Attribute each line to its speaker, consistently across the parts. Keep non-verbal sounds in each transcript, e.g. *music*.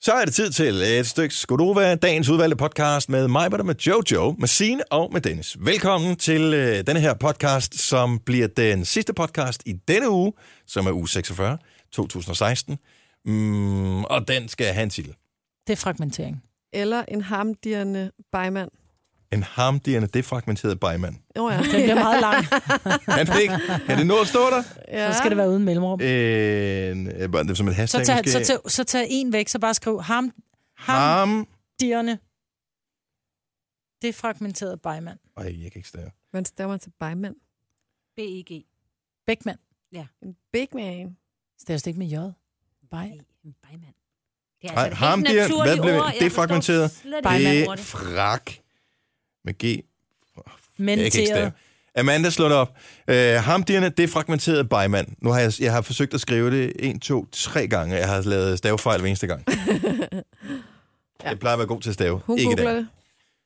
Speaker 1: Så er det tid til et stykke Skodova, dagens udvalgte podcast med mig, med, med Jojo, med Sine og med Dennis. Velkommen til øh, denne her podcast, som bliver den sidste podcast i denne uge, som er uge 46, 2016. Mm, og den skal have en titel.
Speaker 2: Det er fragmentering.
Speaker 3: Eller en hamdirende bejmand.
Speaker 1: En hamdirende, defragmenteret
Speaker 4: *laughs*
Speaker 1: bejmand.
Speaker 3: Oh, ja.
Speaker 2: Den bliver meget *laughs* lang.
Speaker 1: Han fik. Kan det nå at stå der?
Speaker 3: *laughs* ja.
Speaker 2: Så skal det være uden mellemrum.
Speaker 1: En, øh, bare det er som et
Speaker 2: Så
Speaker 1: hashtag
Speaker 2: tag,
Speaker 1: måske.
Speaker 2: så, tag, så tag en væk, så bare skriv ham, ham,
Speaker 1: Ham.
Speaker 2: dierne. Det er fragmenteret bejmand.
Speaker 1: Ej, jeg kan ikke stave.
Speaker 3: Man stemmer til bejmand.
Speaker 4: B-E-G.
Speaker 2: Bækmand.
Speaker 3: En big man.
Speaker 2: Det er jo ikke med J. Bej.
Speaker 4: Nej, en bejmand. Det er
Speaker 1: Nej, ham
Speaker 4: helt
Speaker 1: der,
Speaker 4: naturligt
Speaker 1: hvad blev-
Speaker 4: ord, jeg
Speaker 1: det er
Speaker 4: forstår
Speaker 1: fragmenteret.
Speaker 4: slet ikke, hvordan man
Speaker 1: Det
Speaker 4: bruger
Speaker 1: er frak. Med G. Jeg kan ikke stave.
Speaker 2: Menteret.
Speaker 1: Amanda slår det op. Uh, hamdierne, det er fragmenteret bejmand. Nu har jeg, jeg har forsøgt at skrive det 1, 2, 3 gange, og jeg har lavet stavefejl hver eneste
Speaker 3: *laughs*
Speaker 1: gang. ja. Jeg plejer at være god til at stave.
Speaker 3: Hun
Speaker 1: ikke i dag.
Speaker 3: googler det.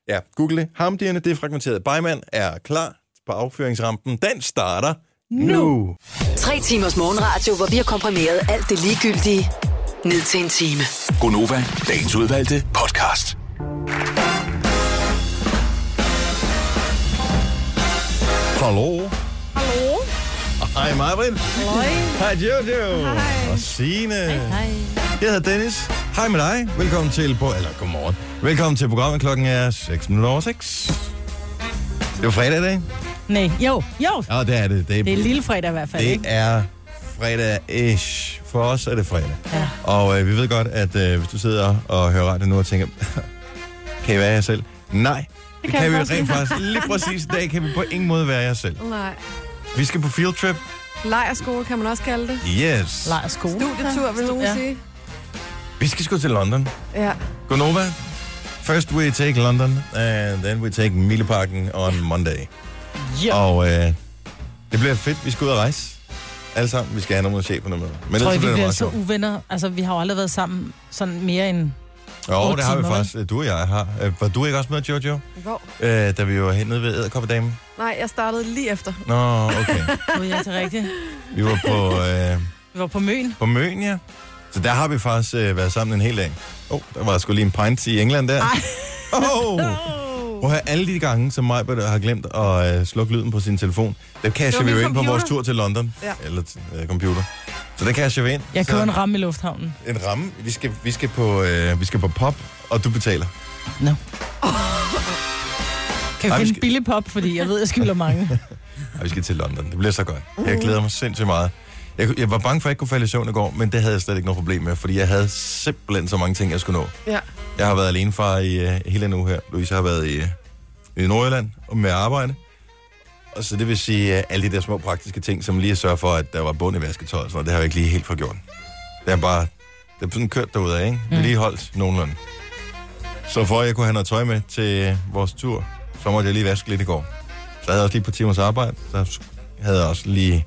Speaker 1: Ja, google det. Hamdierne, det er fragmenteret bejmand, er klar på affyringsrampen. Den starter nu. nu.
Speaker 5: Tre timers morgenradio, hvor vi har komprimeret alt det ligegyldige ned til en time.
Speaker 6: Gonova, dagens udvalgte podcast.
Speaker 1: Hallo. Hallo. Hej, Marvin.
Speaker 3: Løj.
Speaker 1: Hej Jojo. Hej. Og Signe. Hej. Jeg hedder Dennis. Hej med dig. Velkommen til på... Eller godmorgen. Velkommen til programmet. Klokken er 6 minutter over 6. Det var fredag i dag.
Speaker 2: Nej, jo, jo.
Speaker 1: Ja, det er det.
Speaker 2: Det er lille fredag i hvert fald,
Speaker 1: Det
Speaker 2: ikke?
Speaker 1: er fredag-ish. For os er det fredag.
Speaker 2: Ja.
Speaker 1: Og øh, vi ved godt, at øh, hvis du sidder og hører radio nu og tænker, *laughs* kan I være jer selv? Nej, det kan,
Speaker 3: jeg
Speaker 1: vi
Speaker 3: faktisk
Speaker 1: rent faktisk. Lige præcis i dag kan vi på ingen måde være jer selv.
Speaker 3: Nej.
Speaker 1: Vi skal på field trip.
Speaker 3: Lejerskole kan man også kalde det.
Speaker 1: Yes.
Speaker 2: Lej og skole.
Speaker 3: Studietur, vil nogen
Speaker 2: Ja.
Speaker 3: sige.
Speaker 1: Vi skal sgu til London.
Speaker 3: Ja.
Speaker 1: Gonova. First we take London, and then we take Mileparken on Monday.
Speaker 2: Ja.
Speaker 1: Og øh, det bliver fedt. Vi skal ud og rejse. Alle sammen. Vi skal have nogle af cheferne med. Men ellers
Speaker 2: Tror
Speaker 1: så
Speaker 2: jeg, vi
Speaker 1: bliver det
Speaker 2: bliver
Speaker 1: meget
Speaker 2: så
Speaker 1: sjovt.
Speaker 2: uvenner? Altså, vi har jo aldrig været sammen sådan mere end...
Speaker 1: Jo,
Speaker 2: otte
Speaker 1: det har vi
Speaker 2: timer, vel?
Speaker 1: faktisk. Du og jeg har. Øh, Var du ikke også med, Jojo?
Speaker 3: Hvor?
Speaker 1: Øh, da vi var hernede ved Æderkoppedamen?
Speaker 3: Nej, jeg startede lige efter.
Speaker 1: Nå, okay.
Speaker 2: Gud, jeg er til rigtigt.
Speaker 1: Vi var på, øh,
Speaker 2: Vi var på Møn.
Speaker 1: på Møn, ja. Så der har vi faktisk øh, været sammen en hel dag. Åh, oh, der var sgu lige en pint i England der. Oh! Prøv at høre, alle de gange, som mig har glemt at øh, slukke lyden på sin telefon, der casher
Speaker 3: Det var
Speaker 1: vi jo
Speaker 3: min
Speaker 1: ind på
Speaker 3: computer.
Speaker 1: vores tur til London.
Speaker 3: Ja.
Speaker 1: Eller til, øh, computer. Så der casher vi ind.
Speaker 2: Jeg
Speaker 1: Så
Speaker 2: kører en ramme i lufthavnen.
Speaker 1: en ramme. Vi skal, vi, skal på, øh, vi skal på pop, og du betaler.
Speaker 2: Nå. Kan vi
Speaker 1: Ej, vi
Speaker 2: finde
Speaker 1: skal-
Speaker 2: en billig pop, fordi jeg ved, jeg skylder
Speaker 1: *laughs*
Speaker 2: mange.
Speaker 1: Og vi skal til London. Det bliver så godt. Jeg glæder mig sindssygt meget. Jeg, kunne- jeg var bange for, at jeg ikke kunne falde i søvn i går, men det havde jeg slet ikke noget problem med, fordi jeg havde simpelthen så mange ting, jeg skulle nå.
Speaker 3: Ja.
Speaker 1: Jeg har været alene far i uh, hele en uge her. Louise har været i, uh, i Nordjylland og med arbejde. Og så det vil sige, uh, alle de der små praktiske ting, som lige at sørge for, at der var bund i vasketøjet, og sådan noget, det har jeg ikke lige helt fået gjort. Det er bare, det er sådan kørt derude af, ikke? Mm. Lige holdt nogenlunde. Så for at jeg kunne have noget tøj med til øh, vores tur, så måtte jeg lige vaske lidt i går. Så havde jeg også lige et par timers arbejde. Så havde jeg også lige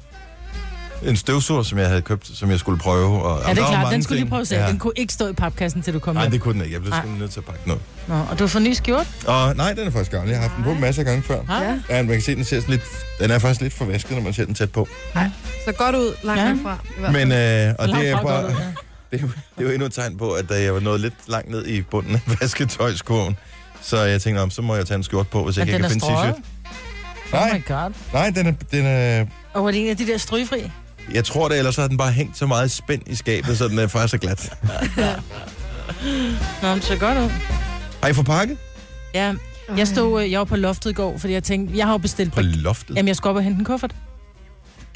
Speaker 1: en støvsuger, som jeg havde købt, som jeg skulle prøve. Og,
Speaker 2: Ja,
Speaker 1: Jamen,
Speaker 2: det
Speaker 1: der
Speaker 2: er
Speaker 1: var
Speaker 2: klart.
Speaker 1: mange
Speaker 2: Den skulle lige
Speaker 1: ting.
Speaker 2: prøve selv. Den kunne ikke stå i papkassen, til du kom
Speaker 1: Nej,
Speaker 2: hjem.
Speaker 1: det kunne den ikke. Jeg blev
Speaker 2: Nej.
Speaker 1: simpelthen nødt til at pakke den ud.
Speaker 2: Nå, og du har fået ny skjort?
Speaker 1: Og nej, den er faktisk gammel. Jeg har haft den på masser af gange før.
Speaker 2: Ja.
Speaker 3: ja.
Speaker 1: Ja, man kan se, den ser sådan lidt... Den er faktisk lidt forvasket, når man ser den tæt på.
Speaker 3: Så godt ud langt
Speaker 2: Ja.
Speaker 3: herfra. i hvert fald.
Speaker 1: Men, øh, og
Speaker 2: Den har
Speaker 1: det er
Speaker 2: fra
Speaker 1: bare...
Speaker 2: godt ud, ja.
Speaker 1: *laughs* Det er, jo, det er jo endnu et tegn på, at da jeg var nået lidt langt ned i bunden af *laughs* vasketøjskurven, så jeg tænkte, om, så må jeg tage en skjort på, hvis jeg
Speaker 2: Men
Speaker 1: ikke
Speaker 2: den
Speaker 1: kan
Speaker 2: er
Speaker 1: finde
Speaker 2: strøget.
Speaker 1: t-shirt.
Speaker 2: Oh
Speaker 1: Nej,
Speaker 2: my god.
Speaker 1: nej, den er, den er...
Speaker 2: Og var det en af de der strygefri?
Speaker 1: Jeg tror det, ellers så har den bare hængt så meget spændt i skabet, så den er faktisk er glat.
Speaker 2: Nå, men så godt ud.
Speaker 1: Har I fået pakket?
Speaker 2: Ja, jeg stod, øh, jeg var på loftet i går, fordi jeg tænkte, jeg har jo bestilt...
Speaker 1: På
Speaker 2: bag-
Speaker 1: loftet?
Speaker 2: Jamen, jeg skulle op og hente en kuffert.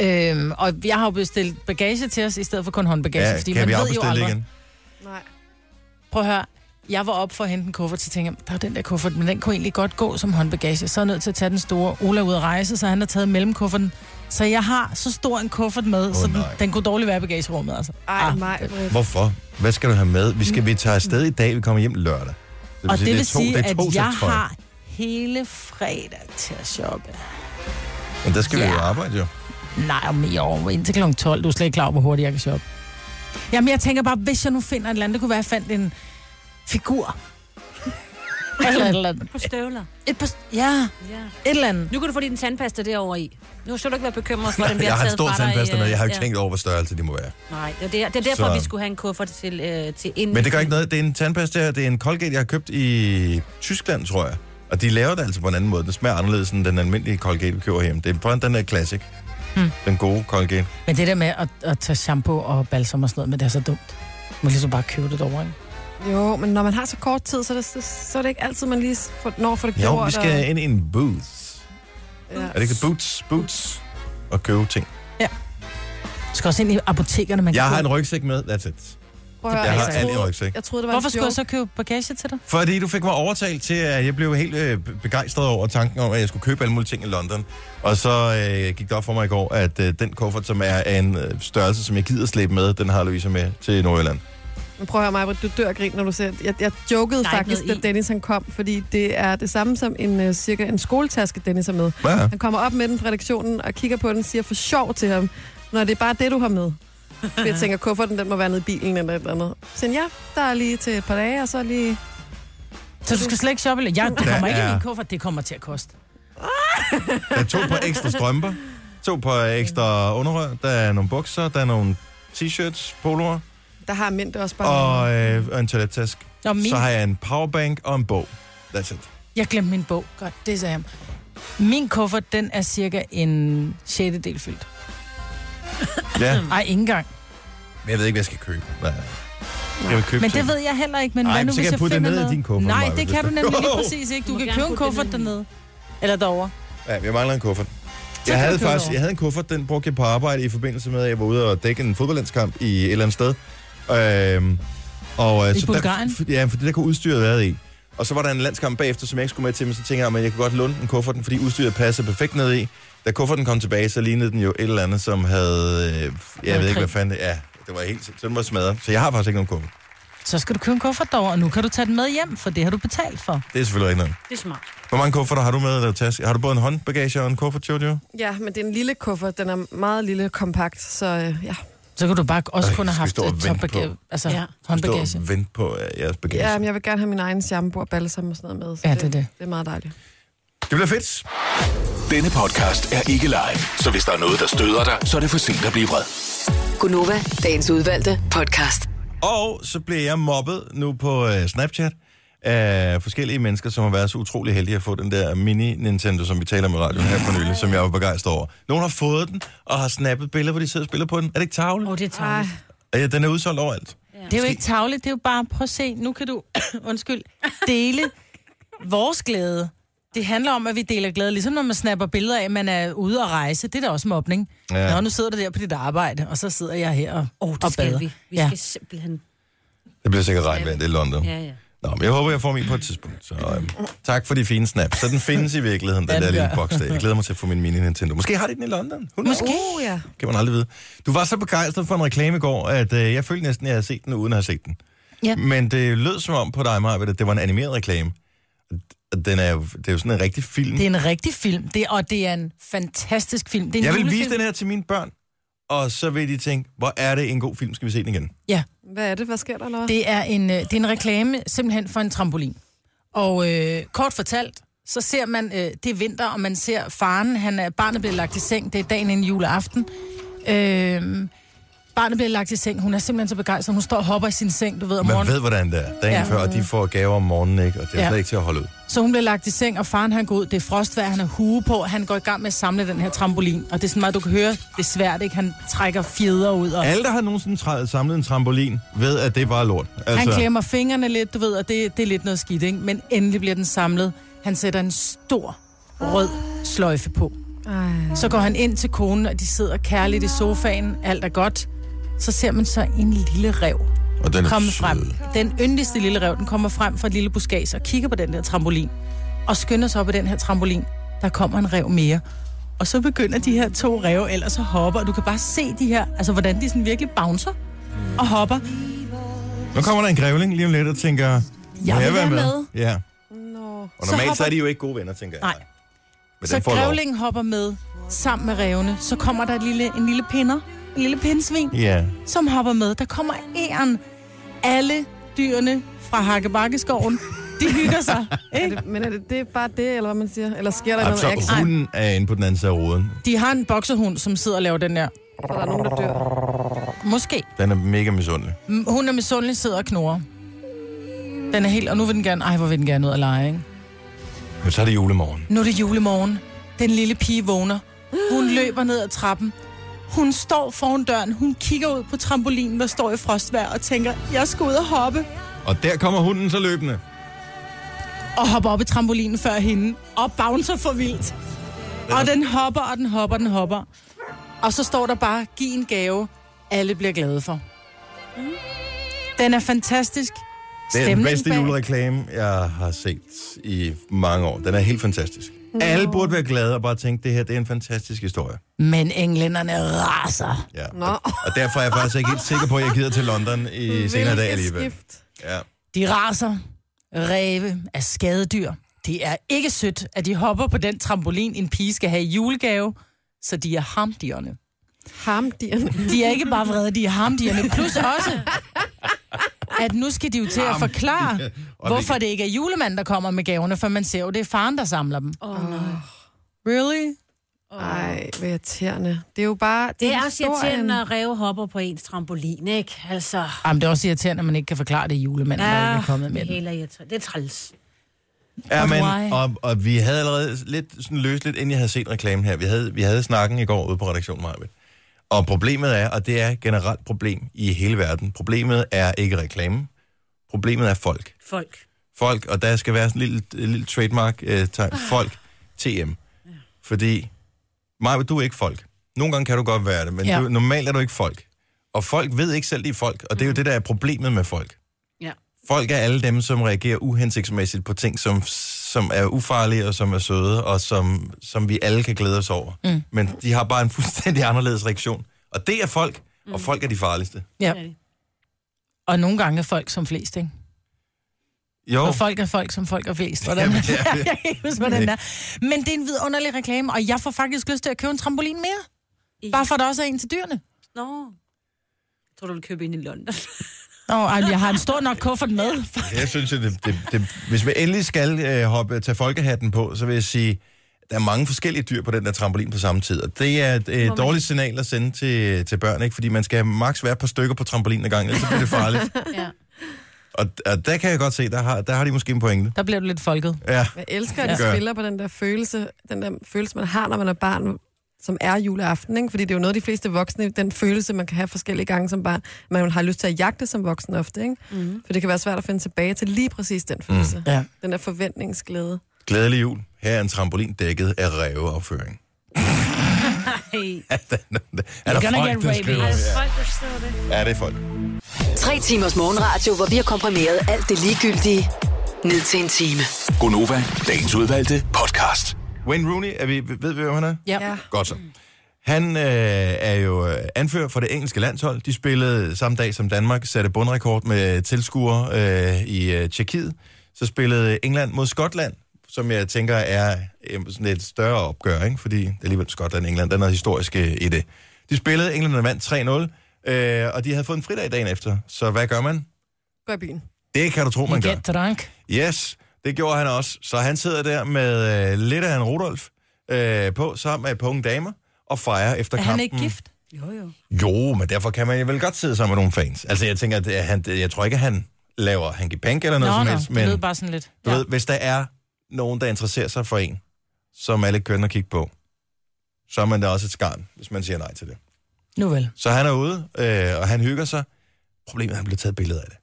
Speaker 2: Øhm, og jeg har jo bestilt bagage til os, i stedet for kun håndbagage,
Speaker 1: ja,
Speaker 2: fordi
Speaker 1: kan
Speaker 2: man
Speaker 1: vi
Speaker 2: ved jo
Speaker 1: afbestille
Speaker 2: aldrig.
Speaker 1: igen?
Speaker 3: Nej.
Speaker 2: Prøv at høre, jeg var op for at hente en kuffert, så tænkte jeg, der er den der kuffert, men den kunne egentlig godt gå som håndbagage. Så er jeg nødt til at tage den store. Ola er ude at rejse, så han har taget mellemkufferten. Så jeg har så stor en kuffert med, oh, så den,
Speaker 1: nej.
Speaker 2: den, kunne dårligt være i bagagerummet, altså.
Speaker 3: Ej, mig.
Speaker 1: Hvorfor? Hvad skal du have med? Vi skal vi tager afsted i dag, vi kommer hjem lørdag. vil
Speaker 2: Og
Speaker 1: sige,
Speaker 2: det vil
Speaker 1: er to-
Speaker 2: sige,
Speaker 1: det er
Speaker 2: at
Speaker 1: to sæt
Speaker 2: jeg
Speaker 1: tøj.
Speaker 2: har hele fredag til at shoppe.
Speaker 1: Men der skal vi jo
Speaker 2: Ja.
Speaker 1: arbejde, jo.
Speaker 2: Nej, om i år. Indtil kl. 12. Du er slet ikke klar over, hvor hurtigt jeg kan shoppe.
Speaker 1: *laughs*
Speaker 2: Jamen, jeg tænker bare, hvis jeg nu finder et eller andet, det kunne være, at jeg fandt en figur. Eller et eller andet.
Speaker 4: På støvler.
Speaker 2: Et par, ja,
Speaker 4: Ja.
Speaker 2: et eller andet.
Speaker 4: Nu kan du få din tandpasta derovre i. Nu skal du ikke være bekymret for, at den bliver
Speaker 1: Jeg har en
Speaker 4: taget
Speaker 1: stor
Speaker 4: fra dig.
Speaker 1: tandpasta
Speaker 4: øh,
Speaker 1: med. Jeg har ikke
Speaker 4: ja.
Speaker 1: tænkt over, hvor størrelse det må være.
Speaker 4: Nej, det er, der, det er derfor,
Speaker 1: Så-
Speaker 4: så... vi skulle have en kuffert til, øh, til ind.
Speaker 1: Men det gør ikke noget. Det er en tandpasta her. Det er en Colgate, jeg har købt i Tyskland, tror jeg. Og de laver det altså på en anden måde. Den smager anderledes end den almindelige Colgate, vi køber hjemme. Det er på den der classic.
Speaker 2: Mm.
Speaker 1: Den gode Colgate.
Speaker 2: Men det der med at, at tage shampoo og balsam og sådan noget, men det er så dumt. Man kan ligesom bare købe det derovre, ikke?
Speaker 3: Jo, men når man har så kort tid, så er det, så, så er det ikke altid, man lige får, når for det
Speaker 1: Jo,
Speaker 3: gjort.
Speaker 1: vi skal ind i en booth.
Speaker 3: Og, ja.
Speaker 1: Er det ikke boots? Boots. Og købe ting.
Speaker 2: Du skal også ind i apotekerne, man
Speaker 1: Jeg
Speaker 2: kan
Speaker 1: har en
Speaker 2: købe.
Speaker 1: rygsæk med. That's it.
Speaker 3: Prøv at høre,
Speaker 1: Jeg har
Speaker 2: altså
Speaker 1: alt i
Speaker 3: troede,
Speaker 1: rygsæk.
Speaker 3: jeg troede, det var
Speaker 2: Hvorfor
Speaker 3: en
Speaker 2: skulle jeg
Speaker 3: joke.
Speaker 2: så købe bagage til dig?
Speaker 1: Fordi du fik mig overtalt til, at jeg blev helt øh, begejstret over tanken om, at jeg skulle købe alle mulige ting i London. Og så øh, gik det op for mig i går, at øh, den kuffert, som er af en øh, størrelse, som jeg gider slæbe med, den har Louise med til Nordjylland.
Speaker 3: Men prøv at høre mig, du dør af grin, når du ser... Jeg, jeg jokede
Speaker 4: Der er ikke
Speaker 3: faktisk,
Speaker 4: noget
Speaker 3: da
Speaker 4: i.
Speaker 3: Dennis han kom, fordi det er det samme som en, uh, cirka en skoletaske, Dennis har med.
Speaker 1: Ja.
Speaker 3: Han kommer op med den fra redaktionen og kigger på den og siger for sjov til ham, når det er bare det, du har med. For jeg tænker, kufferten, den må være nede i bilen eller et eller andet. Så ja, der er lige til et par dage, og så lige...
Speaker 2: Så du skal slet ikke shoppe? eller- Jeg, det
Speaker 1: Der
Speaker 2: kommer ikke i
Speaker 1: er-
Speaker 2: min kuffert, det kommer til at koste.
Speaker 1: Der er to par ekstra strømper, to par ekstra underrør, der er nogle bukser, der er nogle t-shirts, poloer
Speaker 3: Der har mænd det også bare...
Speaker 1: og, øh, og en toilettask.
Speaker 2: Nå, min,
Speaker 1: Så har jeg en powerbank og en bog. That's it.
Speaker 2: jeg glemte min bog. Godt, det sagde jeg. Min kuffert, den er cirka en sjettedel fyldt.
Speaker 1: Ja,
Speaker 2: Ej, ikke engang.
Speaker 1: men jeg ved ikke, hvad jeg skal købe. Nej. Jeg vil købe
Speaker 2: Men
Speaker 1: ting.
Speaker 2: det ved jeg heller ikke, men
Speaker 1: Ej,
Speaker 2: hvad
Speaker 1: men
Speaker 2: nu,
Speaker 1: så kan
Speaker 2: hvis
Speaker 1: jeg
Speaker 2: jeg
Speaker 1: putte det
Speaker 2: finder
Speaker 1: ned i
Speaker 2: noget?
Speaker 1: din kuffert,
Speaker 2: Nej,
Speaker 1: Maja,
Speaker 2: det
Speaker 1: hvis
Speaker 2: kan
Speaker 1: du-
Speaker 2: du nemlig lige
Speaker 1: Jo.
Speaker 2: præcis ikke. Du,
Speaker 4: Du må
Speaker 2: kan
Speaker 4: gerne
Speaker 2: købe en
Speaker 4: putte det
Speaker 2: kuffert
Speaker 4: ned i.
Speaker 2: dernede. Eller derovre.
Speaker 1: Ja, jeg mangler en kuffert.
Speaker 2: kan
Speaker 1: Jeg
Speaker 2: du
Speaker 1: havde
Speaker 2: købe
Speaker 1: faktisk
Speaker 2: over.
Speaker 1: jeg havde en kuffert, den brugte jeg på arbejde i forbindelse med, at jeg var ude og dække en fodboldlandskamp i et eller andet sted. Øhm, og, øh,
Speaker 2: I
Speaker 1: så
Speaker 2: Bulgarien?
Speaker 1: Der, ja, for det der kunne udstyret være i. Og så var der en landskamp bagefter, som jeg ikke skulle med til, men så tænkte jeg, at jeg kunne godt låne den kufferten, fordi udstyret passede perfekt ned i. Da kufferten kom tilbage, så lignede den jo et eller andet, som havde... Øh, jeg ved ikke, hvad
Speaker 2: krig.
Speaker 1: fanden det Ja, det var helt... Så den var smadret. Så jeg har faktisk ikke nogen kuffert.
Speaker 2: Så skal du købe en kuffert derovre, og nu kan du tage den med hjem, for det har du betalt for.
Speaker 1: Det er selvfølgelig ikke noget.
Speaker 4: Det er smart.
Speaker 1: Hvor mange kufferter har du med eller taske? Har du både en håndbagage og en kuffert, Jojo?
Speaker 3: Ja, men det er en lille kuffert. Den er meget lille kompakt, så øh, ja.
Speaker 2: Så kunne du bare også
Speaker 1: Ej,
Speaker 2: kun have
Speaker 1: skal vi
Speaker 2: haft
Speaker 1: stå og
Speaker 2: et
Speaker 1: vente
Speaker 2: topbagage,
Speaker 1: på?
Speaker 2: altså ja.
Speaker 4: Ja.
Speaker 1: Stå
Speaker 2: håndbagage.
Speaker 1: og vente på øh, jeres bagage.
Speaker 3: ja men jeg vil gerne have min egen shampoo og balsam og sådan noget med. Så
Speaker 2: Ja, det er det.
Speaker 3: Det er meget dejligt.
Speaker 1: Det bliver fedt.
Speaker 6: Denne podcast er ikke live, så hvis der er noget, der støder dig, så er det for sent at blive vred.
Speaker 5: Gunova, dagens udvalgte podcast.
Speaker 1: Og så blev jeg mobbet nu på øh, Snapchat af forskellige mennesker, som har været så utrolig heldige at få den der mini-Nintendo, som vi taler med radioen her for nylig, som jeg var begejstret over. Nogen har fået den og har snappet billeder, hvor de sidder og spiller på den. Er det ikke tavle?
Speaker 4: Åh, oh, det er tavligt.
Speaker 1: Ja, den er udsolgt overalt.
Speaker 2: Det er jo ikke tavligt, det er jo bare, prøv at se, nu kan du, *coughs* undskyld, dele vores glæde. Det handler om, at vi deler glæde, ligesom når man snapper billeder af, at man er ude at rejse. Det er da også mobning.
Speaker 1: Ja.
Speaker 2: Ja. Nå, nu sidder du der på dit arbejde, og så sidder jeg her og,
Speaker 4: Åh, oh,
Speaker 2: og
Speaker 4: det
Speaker 2: bader.
Speaker 4: skal vi. Vi
Speaker 2: ja.
Speaker 4: skal simpelthen...
Speaker 1: Det bliver sikkert regnvejr, det er London.
Speaker 4: Ja, ja.
Speaker 1: Nå, men jeg håber, jeg får min på et tidspunkt. Så, øhm, tak for de fine snaps. Så den findes i virkeligheden, den
Speaker 2: Ja,
Speaker 1: der
Speaker 2: den
Speaker 1: lille
Speaker 2: gør.
Speaker 1: boks der. Jeg glæder mig til at få min mini-Nintendo. Måske har de den i London. Who knows?
Speaker 2: Måske.
Speaker 3: Uh, ja.
Speaker 1: Kan man aldrig vide. Du var så begejstret for en reklame i går, at øh, jeg følte næsten, at jeg havde set den, uden at have set den.
Speaker 2: Ja.
Speaker 1: Men det lød som om på dig, Maja, at det var en animeret reklame. Og Den er jo, det er jo sådan en rigtig film.
Speaker 2: Det er en rigtig film, det, og det er en fantastisk film. Det er en
Speaker 1: Jeg vil
Speaker 2: julefilm.
Speaker 1: vise den her til mine børn, og så vil de tænke, hvor er det en god film, skal vi se den igen?
Speaker 2: Ja,
Speaker 3: Hvad er det? Hvad sker der, eller hvad?
Speaker 2: det er, en, øh, det er en reklame simpelthen for en trampolin. Og øh, kort fortalt, så ser man, øh, det er vinter, og man ser faren, han er, barnet bliver lagt i seng, det er dagen inden juleaften. Øh, barnet bliver lagt i seng, hun er simpelthen så begejstret, hun står og hopper i sin seng, du ved, om
Speaker 1: Man
Speaker 2: morgenen.
Speaker 1: ved, hvordan det er. Dagen ja.
Speaker 2: Ja.
Speaker 1: før, og de får gaver om morgenen, ikke? og det er
Speaker 2: Ja.
Speaker 1: slet ikke til at holde ud.
Speaker 2: Så hun bliver lagt i seng, og faren han går ud. Det er frostvær, han har hue på. Han går i gang med at samle den her trampolin. Og det er sådan meget, du kan høre, det er svært, ikke? Han trækker fjeder ud, og
Speaker 1: Alle, der har nogensinde tra- samlet en trampolin, ved, at det er bare lort.
Speaker 2: altså... han klemmer fingrene lidt, du ved, og det, det er lidt noget skidt, ikke? Men endelig bliver den samlet. Han sætter en stor rød sløjfe på.
Speaker 3: Ej.
Speaker 2: Så går han ind til konen, og de sidder kærligt i sofaen. Alt er godt. Så ser man så en lille rev
Speaker 1: og den er
Speaker 2: komme
Speaker 1: sød.
Speaker 2: frem. Den yndigste lille rev, den kommer frem fra et lille buskage og kigger på den der trampolin. Og skynder sig op i den her trampolin. Der kommer en rev mere. Og så begynder de her to ræve ellers at hoppe, og du kan bare se de her, altså hvordan de sådan virkelig bouncer og hopper.
Speaker 1: Nu kommer der en grævling lige om lidt og tænker, jeg må
Speaker 2: vil
Speaker 1: jeg være
Speaker 2: være
Speaker 1: med? Ja.
Speaker 3: Nå.
Speaker 1: Og
Speaker 2: Så
Speaker 1: normalt så,
Speaker 2: hopper-
Speaker 1: er de jo ikke gode venner, tænker jeg.
Speaker 2: Nej.
Speaker 1: Men
Speaker 2: Så
Speaker 1: den får lov.
Speaker 2: grævlingen hopper med sammen med revene. Så kommer der et lille, en lille pinder, en lille pindsvin,
Speaker 1: Ja.
Speaker 2: som hopper med. Der kommer æren. Alle dyrene fra Hakkebakkeskoven De hygger
Speaker 1: *laughs*
Speaker 2: sig, ikke?
Speaker 3: Men er det, det er bare det, eller hvad man siger? Eller sker der
Speaker 1: Ej,
Speaker 3: noget
Speaker 1: så
Speaker 3: ekstra,
Speaker 1: hunden er inde på den anden side af roden.
Speaker 2: De har en bokserhund, som sidder og laver den der.
Speaker 3: for der er nogen, der dør?
Speaker 2: Måske.
Speaker 1: Den er mega misundelig.
Speaker 2: Mm, Hun er misundelig, sidder og knurrer. Den er helt, og nu vil den gerne, ej, hvor vil den gerne ud og lege, ikke?
Speaker 1: Men så er det julemorgen.
Speaker 2: Nu er det julemorgen. Den lille pige vågner.
Speaker 1: *gasps*
Speaker 2: Hun løber ned ad trappen. Hun står foran døren. Hun kigger ud på trampolinen, der står i frostvær, og tænker, jeg skal ud og hoppe.
Speaker 1: Og der kommer hunden så løbende.
Speaker 2: Og hopper op i trampolinen før hende. Og bouncer for vildt. Og den hopper, og den hopper, og den hopper. Og så står der bare, giv en gave. Alle bliver glade for. Den er fantastisk.
Speaker 1: Det er den
Speaker 2: Stemningen
Speaker 1: bedste
Speaker 2: bag-
Speaker 1: julereklame, jeg har set i mange år. Den er helt fantastisk. Alle burde være glade og bare tænke, det her det er en fantastisk historie.
Speaker 2: Men englænderne raser.
Speaker 1: Ja.
Speaker 3: Nå.
Speaker 1: Og, og derfor er jeg faktisk ikke helt sikker på, at jeg gider til
Speaker 3: *laughs*
Speaker 1: London i senere i dag
Speaker 3: Hvilket
Speaker 1: alligevel.
Speaker 3: skift.
Speaker 1: Ja.
Speaker 2: De raser. Ræve er skadedyr. Det er ikke sødt, at de hopper på den trampolin, en pige skal have i julegave. Så de er hamdierne.
Speaker 3: Ham, de er...
Speaker 2: De er ikke bare vrede, de er hamdierne. Plus også, at nu skal de jo til at forklare,
Speaker 1: Og
Speaker 2: hvorfor det ikke er julemanden, der kommer med gaverne, for man ser jo, det er faren, der samler dem.
Speaker 4: Åh, oh, nej.
Speaker 2: Really?
Speaker 3: Ej, hvor irriterende. Det er jo bare...
Speaker 4: Det er også irriterende,
Speaker 3: historien.
Speaker 4: når ræve hopper på ens trampolin, ikke? Altså,
Speaker 2: Jamen, det er også irriterende, at man ikke kan forklare det er julemanden, der ikke er kommet med
Speaker 4: det
Speaker 2: dem.
Speaker 4: hele er irriterende. Det er træls.
Speaker 1: Ja,
Speaker 2: Og
Speaker 1: men,
Speaker 2: why?
Speaker 1: og, og vi havde allerede lidt sådan løsligt, inden jeg havde set reklamen her. Vi havde, vi havde snakken i går ude på redaktionen, Marvind. Og problemet er, og det er et generelt problem i hele verden, problemet er ikke reklamen. Problemet er folk.
Speaker 4: Folk.
Speaker 1: Folk, og der skal være sådan en lille, en lille trademark-tegn. folk, TM. Fordi, Maja, du er ikke folk. Nogle gange kan du godt være det, men ja.
Speaker 2: Ja.
Speaker 1: du, normalt er du ikke folk. Og folk ved ikke selv, de er folk, og det er jo det, der er problemet med folk.
Speaker 4: Ja.
Speaker 1: Folk er alle dem, som reagerer uhensigtsmæssigt på ting, som, som er ufarlige og som er søde, og som, som vi alle kan glæde os over. Mm. Men de har bare en fuldstændig anderledes reaktion. Og det er folk, mm. og folk er de farligste.
Speaker 2: Ja.
Speaker 4: er det.
Speaker 2: Og nogle gange er folk som flest, ikke?
Speaker 1: Jo,
Speaker 2: Og folk er folk, som folk er flest. Hvordan?
Speaker 1: Jamen,
Speaker 2: Jamen,
Speaker 1: det er
Speaker 2: *laughs*
Speaker 1: det.
Speaker 2: jeg kan ikke huske, hvordan det er. Men det er en vidunderlig reklame, og jeg får faktisk lyst til at købe en trampolin mere. Bare for, at der også er en til dyrene.
Speaker 4: Nå. Jeg tror, du vil købe ind i London.
Speaker 2: Nå, ej, jeg har en stor nok kuffert med.
Speaker 1: Jeg synes, at det, det, det, hvis vi endelig skal øh, hoppe, tage folkehatten på, så vil jeg sige, der er mange forskellige dyr på den der trampolin på samme tid, og det er et øh, dårligt signal at sende til, til børn, ikke? fordi man skal maks være på stykker på trampolinen ad gangen, ellers så bliver det farligt.
Speaker 4: ja.
Speaker 1: og, og der kan jeg godt se, der har, der har de måske en pointe.
Speaker 2: Der bliver du lidt folket.
Speaker 1: Ja,
Speaker 3: Jeg elsker, at de
Speaker 1: Ja.
Speaker 3: spiller på den der følelse, den der følelse, man har, når man er barn, som er juleaften, ikke? Fordi det er jo noget, de fleste voksne, den følelse, man kan have forskellige gange som barn, man har lyst til at jagte som voksen ofte, ikke?
Speaker 4: Mhm.
Speaker 3: Mm. For det kan være svært at finde tilbage til lige præcis
Speaker 1: Mhm.
Speaker 3: den følelse. Mm.
Speaker 2: Ja.
Speaker 3: Den der forventningsglæde.
Speaker 1: glædelig jul. Her er en trampolin dækket af ræveafføring.
Speaker 4: *laughs*
Speaker 1: *laughs*
Speaker 4: Hey.
Speaker 1: Er der, er der
Speaker 2: gonna
Speaker 1: folk,
Speaker 2: get
Speaker 1: der
Speaker 2: rabies.
Speaker 1: skriver?
Speaker 4: Altså, folk, der sidder det.
Speaker 1: Ja, det er folk.
Speaker 5: Tre timers morgenradio, hvor vi har komprimeret alt det ligegyldige ned til en time.
Speaker 6: Gonova, dagens udvalgte podcast.
Speaker 1: Wayne Rooney, er vi, ved vi, hvem han er?
Speaker 2: Ja.
Speaker 3: Ja.
Speaker 2: ja.
Speaker 1: Godt så. Han øh, er jo øh, anfører for det engelske landshold. De spillede samme dag som Danmark, satte bundrekord med tilskuere øh, i øh, Tjekkiet. Så spillede England mod Skotland, som jeg tænker er øh, sådan et større opgør, ikke? fordi det er alligevel Skotland og England, der er noget historisk øh, i det. De spillede, England vandt 3-0, øh, og de havde fået en fridag dagen efter. Så hvad gør man?
Speaker 3: Gå i byen.
Speaker 1: Det kan du tro, man
Speaker 2: Jeg
Speaker 1: gør.
Speaker 2: gætter drunk.
Speaker 1: Yes, det gjorde han også. Så han sidder der med øh, lidt af en Rudolf øh, på, sammen med på unge damer, og fejrer efter
Speaker 2: Er
Speaker 1: kampen.
Speaker 2: han ikke gift?
Speaker 4: Jo, jo.
Speaker 1: Jo, men derfor kan man jo vel godt sidde sammen med nogle fans. Altså, jeg tænker, at øh, han, jeg tror ikke, at han laver hanky pank eller noget
Speaker 2: Nå,
Speaker 1: som
Speaker 2: nå,
Speaker 1: helst.
Speaker 2: det
Speaker 1: Men
Speaker 2: lød bare sådan lidt.
Speaker 1: du ved, hvis der er nogen, der interesserer sig for en, som alle kønner kigge på, så er man da også et skarn, hvis man siger nej til det.
Speaker 2: Nu vel.
Speaker 1: Så han er ude, øh, og han hygger sig. Problemet er, at han bliver taget billeder af det.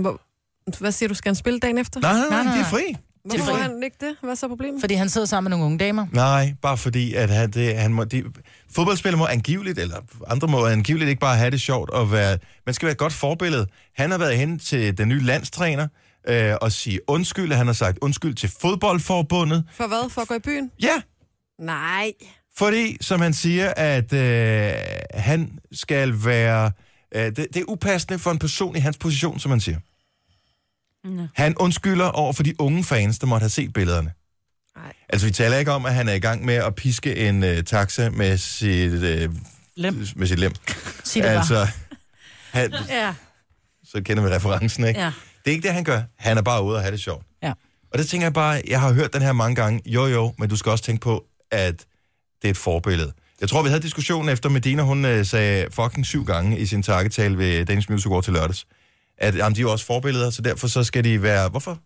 Speaker 3: Hvor, hvad siger du, skal han spille dagen efter?
Speaker 1: Nej, nej, nej,
Speaker 2: Nej, nej,
Speaker 1: de er fri.
Speaker 3: Hvorfor
Speaker 2: Det
Speaker 3: må
Speaker 2: er
Speaker 3: han ikke det? Hvad er så problemet?
Speaker 2: Fordi han sidder sammen med nogle unge damer.
Speaker 1: Nej, bare fordi, at han, det, han må, de, fodboldspillere må angiveligt, eller andre må angiveligt ikke bare have det sjovt og være, man skal være et godt forbillede. Han har været hen til den nye landstræner øh, og sige undskyld, og han har sagt undskyld til fodboldforbundet.
Speaker 3: For hvad? For at gå i byen?
Speaker 1: Ja,
Speaker 3: Nej.
Speaker 1: fordi, som han siger, at øh, han skal være... Øh, det, det er upassende for en person i hans position, som han siger.
Speaker 4: Nå.
Speaker 1: Han undskylder over for de unge fans, der måtte have set billederne.
Speaker 3: Nej.
Speaker 1: Altså, vi taler ikke om, at han er i gang med at piske en øh, taxa med sit, øh,
Speaker 2: Lem.
Speaker 1: med sit lem.
Speaker 2: Sig det bare.
Speaker 1: Altså, han,
Speaker 4: Ja,
Speaker 1: så kender vi referencen, ikke?
Speaker 4: ja.
Speaker 1: Det er ikke det, han gør. Han er bare ude og have det sjovt.
Speaker 2: Ja.
Speaker 1: Og det tænker jeg bare, jeg har hørt den her mange gange. Jo, jo, men du skal også tænke på, at det er et forbillede. Jeg tror, vi havde diskussionen efter Medina, hun øh, sagde fucking syv gange i sin takketale ved Danish Music Award til lørdags, at jamen, de er jo også forbilleder, så derfor så skal de være... Hvorfor?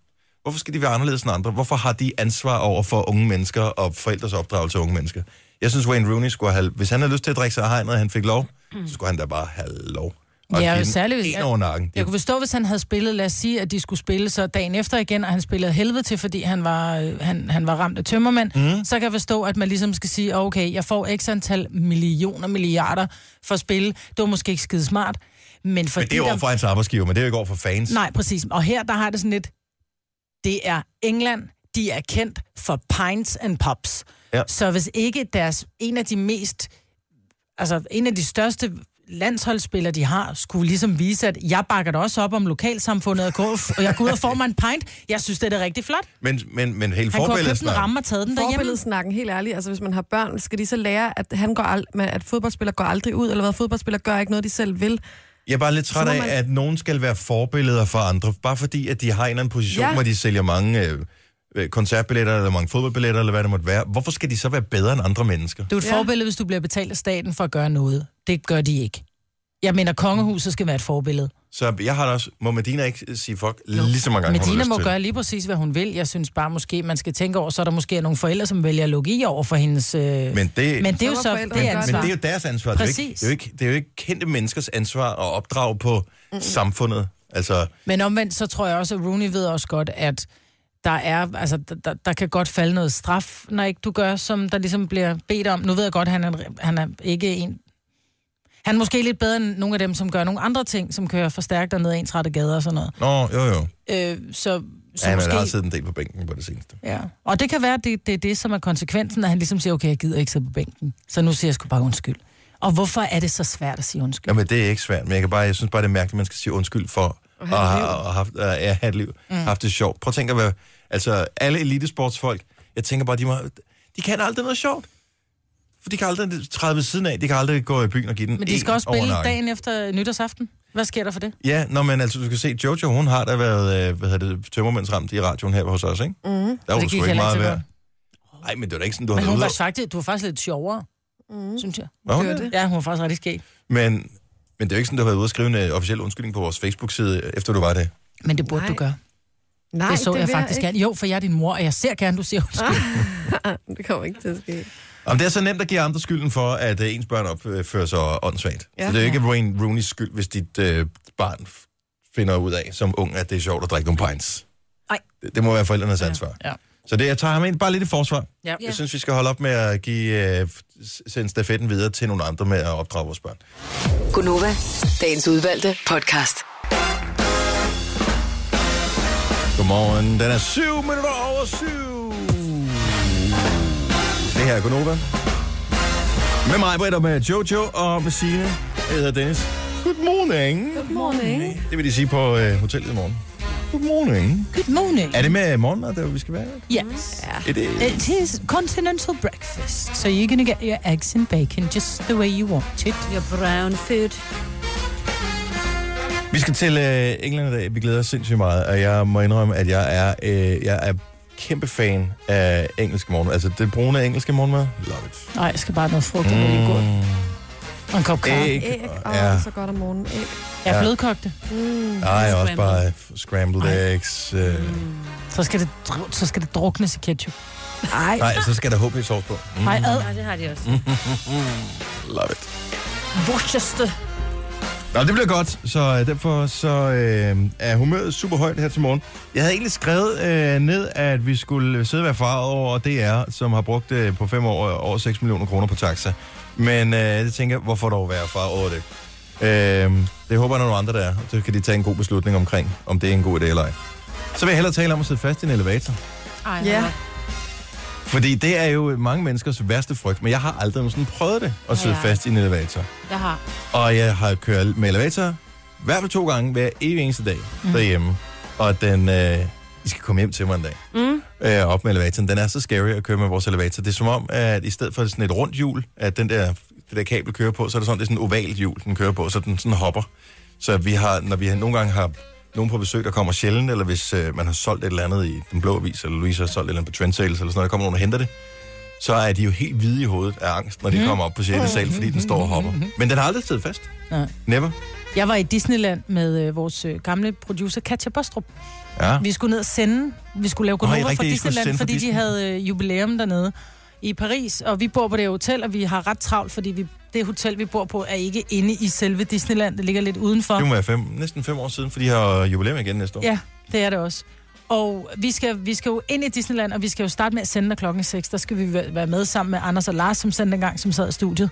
Speaker 1: Hvorfor skal de være anderledes end andre? Hvorfor har de ansvar over for unge mennesker og forældres opdragelse af unge mennesker? Jeg synes, Wayne Rooney skulle have... Hvis han havde lyst til at drikke sig af hegnet, og han fik lov, så skulle han da bare have lov. Og
Speaker 2: Ja,
Speaker 1: give den
Speaker 2: særligt hvis-
Speaker 1: en over nakken.
Speaker 2: Jeg kunne forstå, hvis han havde spillet, lad os sige, at de skulle spille så dagen efter igen, og han spillede helvede til, fordi han var, øh, han, han var ramt af tømmermand,
Speaker 1: Mhm.
Speaker 2: mm. så kan jeg forstå, at man ligesom skal sige, okay, jeg får x antal millioner, milliarder for at spille. Det var måske ikke skide smart, men fordi
Speaker 1: Men det er jo over for hans arbejdsgiver, men det er jo ikke over for fans.
Speaker 2: Nej, præcis. Og her, der har det sådan lidt, det er England, de er kendt for pints and pops.
Speaker 1: Ja.
Speaker 2: Så hvis ikke deres, en af de mest, altså en af de største landsholdsspillere, de har, skulle ligesom vise, at jeg bakker det også op om lokalsamfundet, og, går, og jeg går ud og får mig en pint. Jeg synes, det er da rigtig flot.
Speaker 1: Men, men, men hele
Speaker 2: Han kunne have købt en
Speaker 1: forbilledet
Speaker 2: ramme og taget den derhjemme.
Speaker 3: Forbilledsnakken, helt ærligt. Altså, hvis man har børn, skal de så lære, at, han går ald- med, at fodboldspillere går aldrig ud, eller hvad fodboldspillere gør ikke noget, de selv vil.
Speaker 1: Jeg er bare lidt træt
Speaker 3: Så
Speaker 1: af,
Speaker 3: må man-
Speaker 1: at nogen skal være forbilleder for andre, bare fordi, at de har en eller anden position, ja.
Speaker 3: Ja.
Speaker 1: hvor de sælger mange øh, øh, koncertbilletter, eller mange fodboldbilletter, eller hvad det måtte være. Hvorfor skal de så være bedre end andre mennesker?
Speaker 2: Du er et
Speaker 3: Ja.
Speaker 2: forbillede, hvis du bliver betalt af staten for at gøre noget. Det gør de ikke. Jeg mener, kongehuset skal være et forbillede.
Speaker 1: Så jeg har da også, må Medina ikke sige fuck no. lige så mange gange, hun
Speaker 2: Medina
Speaker 1: har lyst
Speaker 2: må
Speaker 1: til.
Speaker 2: gøre lige præcis, hvad hun vil. Jeg synes bare måske, man skal tænke over, så er der måske nogle forældre, som vælger at lukke i over for hendes... Øh... Men,
Speaker 1: Men det,
Speaker 2: men det er jo
Speaker 3: Så må
Speaker 2: så
Speaker 3: forældrene
Speaker 2: det
Speaker 3: gøre
Speaker 2: er
Speaker 1: men
Speaker 2: ansvar.
Speaker 1: det er jo deres ansvar. Det er, jo ikke,
Speaker 2: Præcis.
Speaker 1: det, er jo ikke, det er jo ikke kendte menneskers ansvar at opdrage på mm samfundet. Altså,
Speaker 2: Men omvendt, så tror jeg også, at Rooney ved også godt, at der er, altså, der- der, der kan godt falde noget straf, når ikke du gør, som der ligesom bliver bedt om. Nu ved jeg godt, at han er, en- han er ikke en... Han er måske lidt bedre end nogle af dem, som gør nogle andre ting, som kører for stærkt og ned ad ens rette gader og sådan noget.
Speaker 1: nå, jo, jo.
Speaker 2: Øh, så så
Speaker 1: Ja, han har
Speaker 2: måske...
Speaker 1: siddet en del på bænken på det seneste.
Speaker 2: Ja. Og det kan være, at det, det er det, som er konsekvensen, at han ligesom siger, okay, jeg gider ikke sidde på bænken, så nu siger jeg sgu bare undskyld. Og hvorfor er det så svært at sige undskyld?
Speaker 1: Jamen, det er ikke svært, men jeg, kan bare, jeg synes bare, det er mærkeligt, at man skal sige undskyld for at have, at have, at have et liv, mm. haft det sjovt. Prøv at tænke, at være, altså alle elitesportsfolk, jeg tænker bare, de, må, de kan aldrig noget sjovt. For de kan aldrig træde ved siden af, de kan aldrig gå i byen og give den
Speaker 2: Men de skal
Speaker 1: en
Speaker 2: også
Speaker 1: over
Speaker 2: spille
Speaker 1: nakken.
Speaker 2: dagen efter nytårsaften. Hvad sker der for det?
Speaker 1: Ja, nå, men altså, du kan se, Jojo, hun har da været, øh, hvad hedder det, tømmermændsramt i radioen her hos os, ikke? Mm.
Speaker 3: Mm-hmm.
Speaker 1: Der var du
Speaker 2: gik
Speaker 1: sgu ikke
Speaker 2: heller
Speaker 1: meget
Speaker 2: ikke så
Speaker 1: værd. Nej, men det var da ikke sådan, du
Speaker 2: Men
Speaker 1: havde
Speaker 2: hun
Speaker 1: ude-
Speaker 2: var, faktisk, du var faktisk lidt sjovere,
Speaker 3: Mm-hmm.
Speaker 2: mm. synes jeg.
Speaker 1: Var hun
Speaker 3: Det var
Speaker 1: det?
Speaker 3: det.
Speaker 2: Ja, hun var faktisk rigtig skæg.
Speaker 1: Men, men det er jo ikke sådan, du har været ude og skrive en øh, officiel undskyldning på vores Facebook-side, efter du var det.
Speaker 2: Men det burde Nej.
Speaker 3: Nej.
Speaker 2: du gøre.
Speaker 3: Nej,
Speaker 2: Det så det jeg
Speaker 3: vil
Speaker 2: faktisk
Speaker 3: ikke.
Speaker 2: gerne. Jo, for jeg er din mor, og jeg ser gerne, du siger undskyld.
Speaker 3: *laughs* Det kommer ikke til at ske.
Speaker 1: Jamen, det er så nemt at give andre skylden for, at øh, ens børn opfører sig åndssvagt. Ja.
Speaker 3: Ja.
Speaker 1: Så det er jo ikke Wayne Rooneys skyld, hvis dit øh, barn f- finder ud af som ung, at det er sjovt at drikke nogle pints.
Speaker 2: Nej.
Speaker 1: Det, det må være forældrenes ansvar.
Speaker 2: Ja.
Speaker 1: Så det, jeg tager ham ind bare lidt i forsvar.
Speaker 2: Ja.
Speaker 1: Jeg synes, vi skal holde op med at give, øh, f- s- sende stafetten videre til nogle andre med at opdrage vores børn.
Speaker 5: Gunova, dagens udvalgte podcast.
Speaker 1: Godmorgen. Den er syv minutter over syv. Det her er Gunova. Med mig, Britt, og med Jojo og med Signe. Jeg hedder Dennis. Good morning.
Speaker 3: Good morning.
Speaker 1: Det vil de sige på øh, hotellet i morgen. Good morning.
Speaker 2: Good morning.
Speaker 1: Er det med morgenmad, der hvor vi skal være?
Speaker 2: Yes.
Speaker 1: Er det...
Speaker 2: It is continental breakfast, so you're gonna get your eggs and bacon just the way you want it.
Speaker 4: Your brown food.
Speaker 1: Vi skal til øh, England i dag. Vi glæder os sindssygt meget, og jeg må indrømme, at jeg er, øh, jeg er kæmpe fan af engelsk morgenmad. Altså det brune engelske morgenmad. Love it. Mm.
Speaker 2: Nej, jeg skal bare have noget frugt, og det
Speaker 3: Mm.
Speaker 2: er godt. Og en kop kaffe.
Speaker 1: Æg.
Speaker 3: Æg. Åh,
Speaker 1: Ja.
Speaker 3: ja. så godt om morgenen. Æg.
Speaker 2: Jeg
Speaker 1: Ja.
Speaker 2: er blødkogte.
Speaker 1: Nej, også
Speaker 4: Scrambled.
Speaker 1: bare øh, scrambled eggs. Øh.
Speaker 2: Så skal det, dru- så skal det druknes i ketchup.
Speaker 3: Ej,
Speaker 1: Nej, så skal der HP sovs på. Mm,
Speaker 2: Nej, ad.
Speaker 4: Ja, det har de også.
Speaker 1: love it.
Speaker 4: Worcester.
Speaker 1: Nå, det bliver godt, så øh, derfor så, øh, er humøret super højt her til morgen. Jeg havde egentlig skrevet øh, ned, at vi skulle sidde og være farvet over DR, som har brugt øh, på fem år øh, over 6 millioner kroner på taxa. Men øh, jeg tænker, hvorfor dog være farvet over det? Øh, det håber jeg, der er nogle andre, der er. Så kan de tage en god beslutning omkring, om det er en god idé eller ej. Så vil jeg hellere tale om at sidde fast i en elevator.
Speaker 4: Ej,
Speaker 3: Ja.
Speaker 1: Fordi det er jo mange menneskers værste frygt, men jeg har aldrig nogensinde prøvet det, at sidde
Speaker 4: Ja.
Speaker 1: fast i en elevator.
Speaker 4: Jeg har.
Speaker 1: Og jeg har kørt med elevator i hvert fald to gange hver evig eneste dag mm. derhjemme. Og den, øh, I skal komme hjem til mig en dag. Mm. Øh, op med elevatoren. Den er så scary at køre med vores elevator. Det er som om, at i stedet for sådan et rundt hjul, at den der, det der kabel kører på, så er det sådan, det er sådan et ovalt hjul, den kører på, så den sådan hopper. Så vi har, når vi har- nogle gange har nogen på besøg, der kommer sjældent, eller hvis øh, man har solgt et eller andet i Den Blå Avis, eller Louise har solgt et eller andet på Trendsales, eller sådan noget, der kommer nogen og henter det, så er de jo helt hvide i hovedet af angst,
Speaker 4: Mhm.
Speaker 1: når de kommer op på 6. sal, fordi den står og hopper. Men den har aldrig siddet fast.
Speaker 2: Nej.
Speaker 1: Never.
Speaker 2: Jeg var i Disneyland med øh, vores øh, gamle producer Katja Bostrup.
Speaker 1: Ja.
Speaker 2: Vi skulle ned og sende, vi skulle lave
Speaker 1: Nå, I
Speaker 2: Gonova for
Speaker 1: rigtigt, I skulle
Speaker 2: Disneyland,
Speaker 1: sende for
Speaker 2: fordi Disney.
Speaker 1: Disney.
Speaker 2: de havde øh, jubilæum dernede i Paris, og vi bor på det hotel, og vi har ret travlt, fordi vi, det hotel, vi bor på, er ikke inde i selve Disneyland. Det ligger lidt udenfor.
Speaker 1: Det må være fem, næsten fem år siden, for de har jubilæum igen næste år.
Speaker 2: Ja, det er det også. Og vi skal, vi skal jo ind i Disneyland, og vi skal jo starte med at sende, når klokken er 6. Der skal vi væ- være med sammen med Anders og Lars, som sendte en gang, som sad i studiet.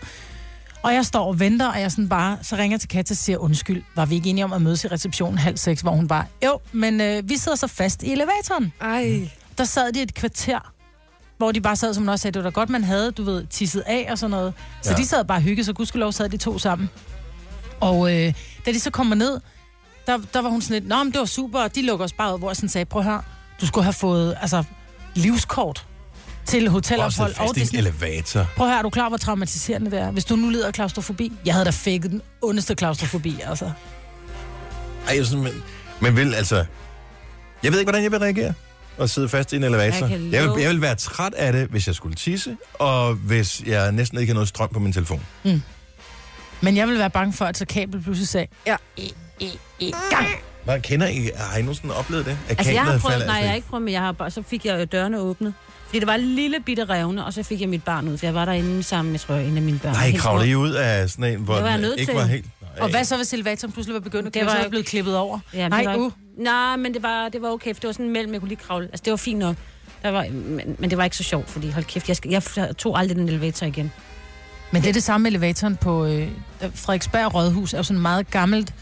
Speaker 2: Og jeg står og venter, og jeg sådan bare, så ringer jeg til Katja og siger, undskyld, var vi ikke enige om at mødes i receptionen halv seks, hvor hun bare, jo, men øh, vi sidder så fast i elevatoren.
Speaker 3: Ej.
Speaker 2: Der sad de et kvarter, hvor de bare sad, som man også sagde, det var da godt, man havde, du ved, tisset af og sådan noget. Så
Speaker 1: Ja.
Speaker 2: ja. de sad bare og hyggede, så gudskelov sad de to sammen. Og øh, da de så kommer ned, der, der var hun sådan lidt, nå, men det var super, og de lukker os bare ud, hvor jeg sådan sagde, prøv her, du skulle have fået altså, livskort til
Speaker 1: Og så
Speaker 2: hotelophold og
Speaker 1: fast i en
Speaker 2: Disney.
Speaker 1: elevator.
Speaker 2: Prøv her, er du klar, hvor traumatiserende det er? Hvis du nu lider af klaustrofobi, jeg havde da fækket den ondeste klaustrofobi, altså.
Speaker 1: Ej, jeg er sådan, men, men vil altså... Jeg ved ikke, hvordan jeg vil reagere og sidde fast i en elevator.
Speaker 4: Jeg
Speaker 1: Jeg,
Speaker 4: kan
Speaker 1: jeg, vil,
Speaker 4: love-
Speaker 1: jeg vil være træt af det, hvis jeg skulle tisse, og hvis jeg næsten ikke har noget strøm på min telefon.
Speaker 2: Men jeg ville være bange for, at så kabel pludselig sagde,
Speaker 3: Ja.
Speaker 1: Man kender I, har I nogensinde oplevet det? At
Speaker 4: Altså, jeg har
Speaker 1: kablet
Speaker 4: prøvet,
Speaker 1: falder
Speaker 4: nej,
Speaker 1: af?
Speaker 4: jeg har ikke prøvet, men jeg har bare, så fik jeg dørene åbnet. Fordi det var en lille bitte revne, og så fik jeg mit barn ud, for jeg var derinde sammen, jeg tror, en af mine børn.
Speaker 1: Nej,
Speaker 4: Helt
Speaker 1: kravlede
Speaker 4: små.
Speaker 1: I ud af sådan en, hvor
Speaker 4: Det var jeg
Speaker 1: den
Speaker 4: nødt
Speaker 1: ikke
Speaker 4: til.
Speaker 1: var helt... Nej.
Speaker 2: og hvad så, hvis elevatoren pludselig var begyndt at køre,
Speaker 4: Det var
Speaker 2: var så var jeg
Speaker 4: ikke-
Speaker 2: blevet klippet over?
Speaker 4: Ja,
Speaker 2: Nej,
Speaker 4: Nej,
Speaker 2: uh.
Speaker 4: uh. Nej, men det var, det var okay, for det var sådan mellem, jeg kunne lige kravle. Altså, det var fint nok. Der var, men, men, det var ikke så sjovt, fordi hold kæft, jeg, skal, jeg tog aldrig den elevator igen.
Speaker 2: Men det er det samme med elevatoren på øh, Frederiksberg Rådhus, er jo sådan et meget gammelt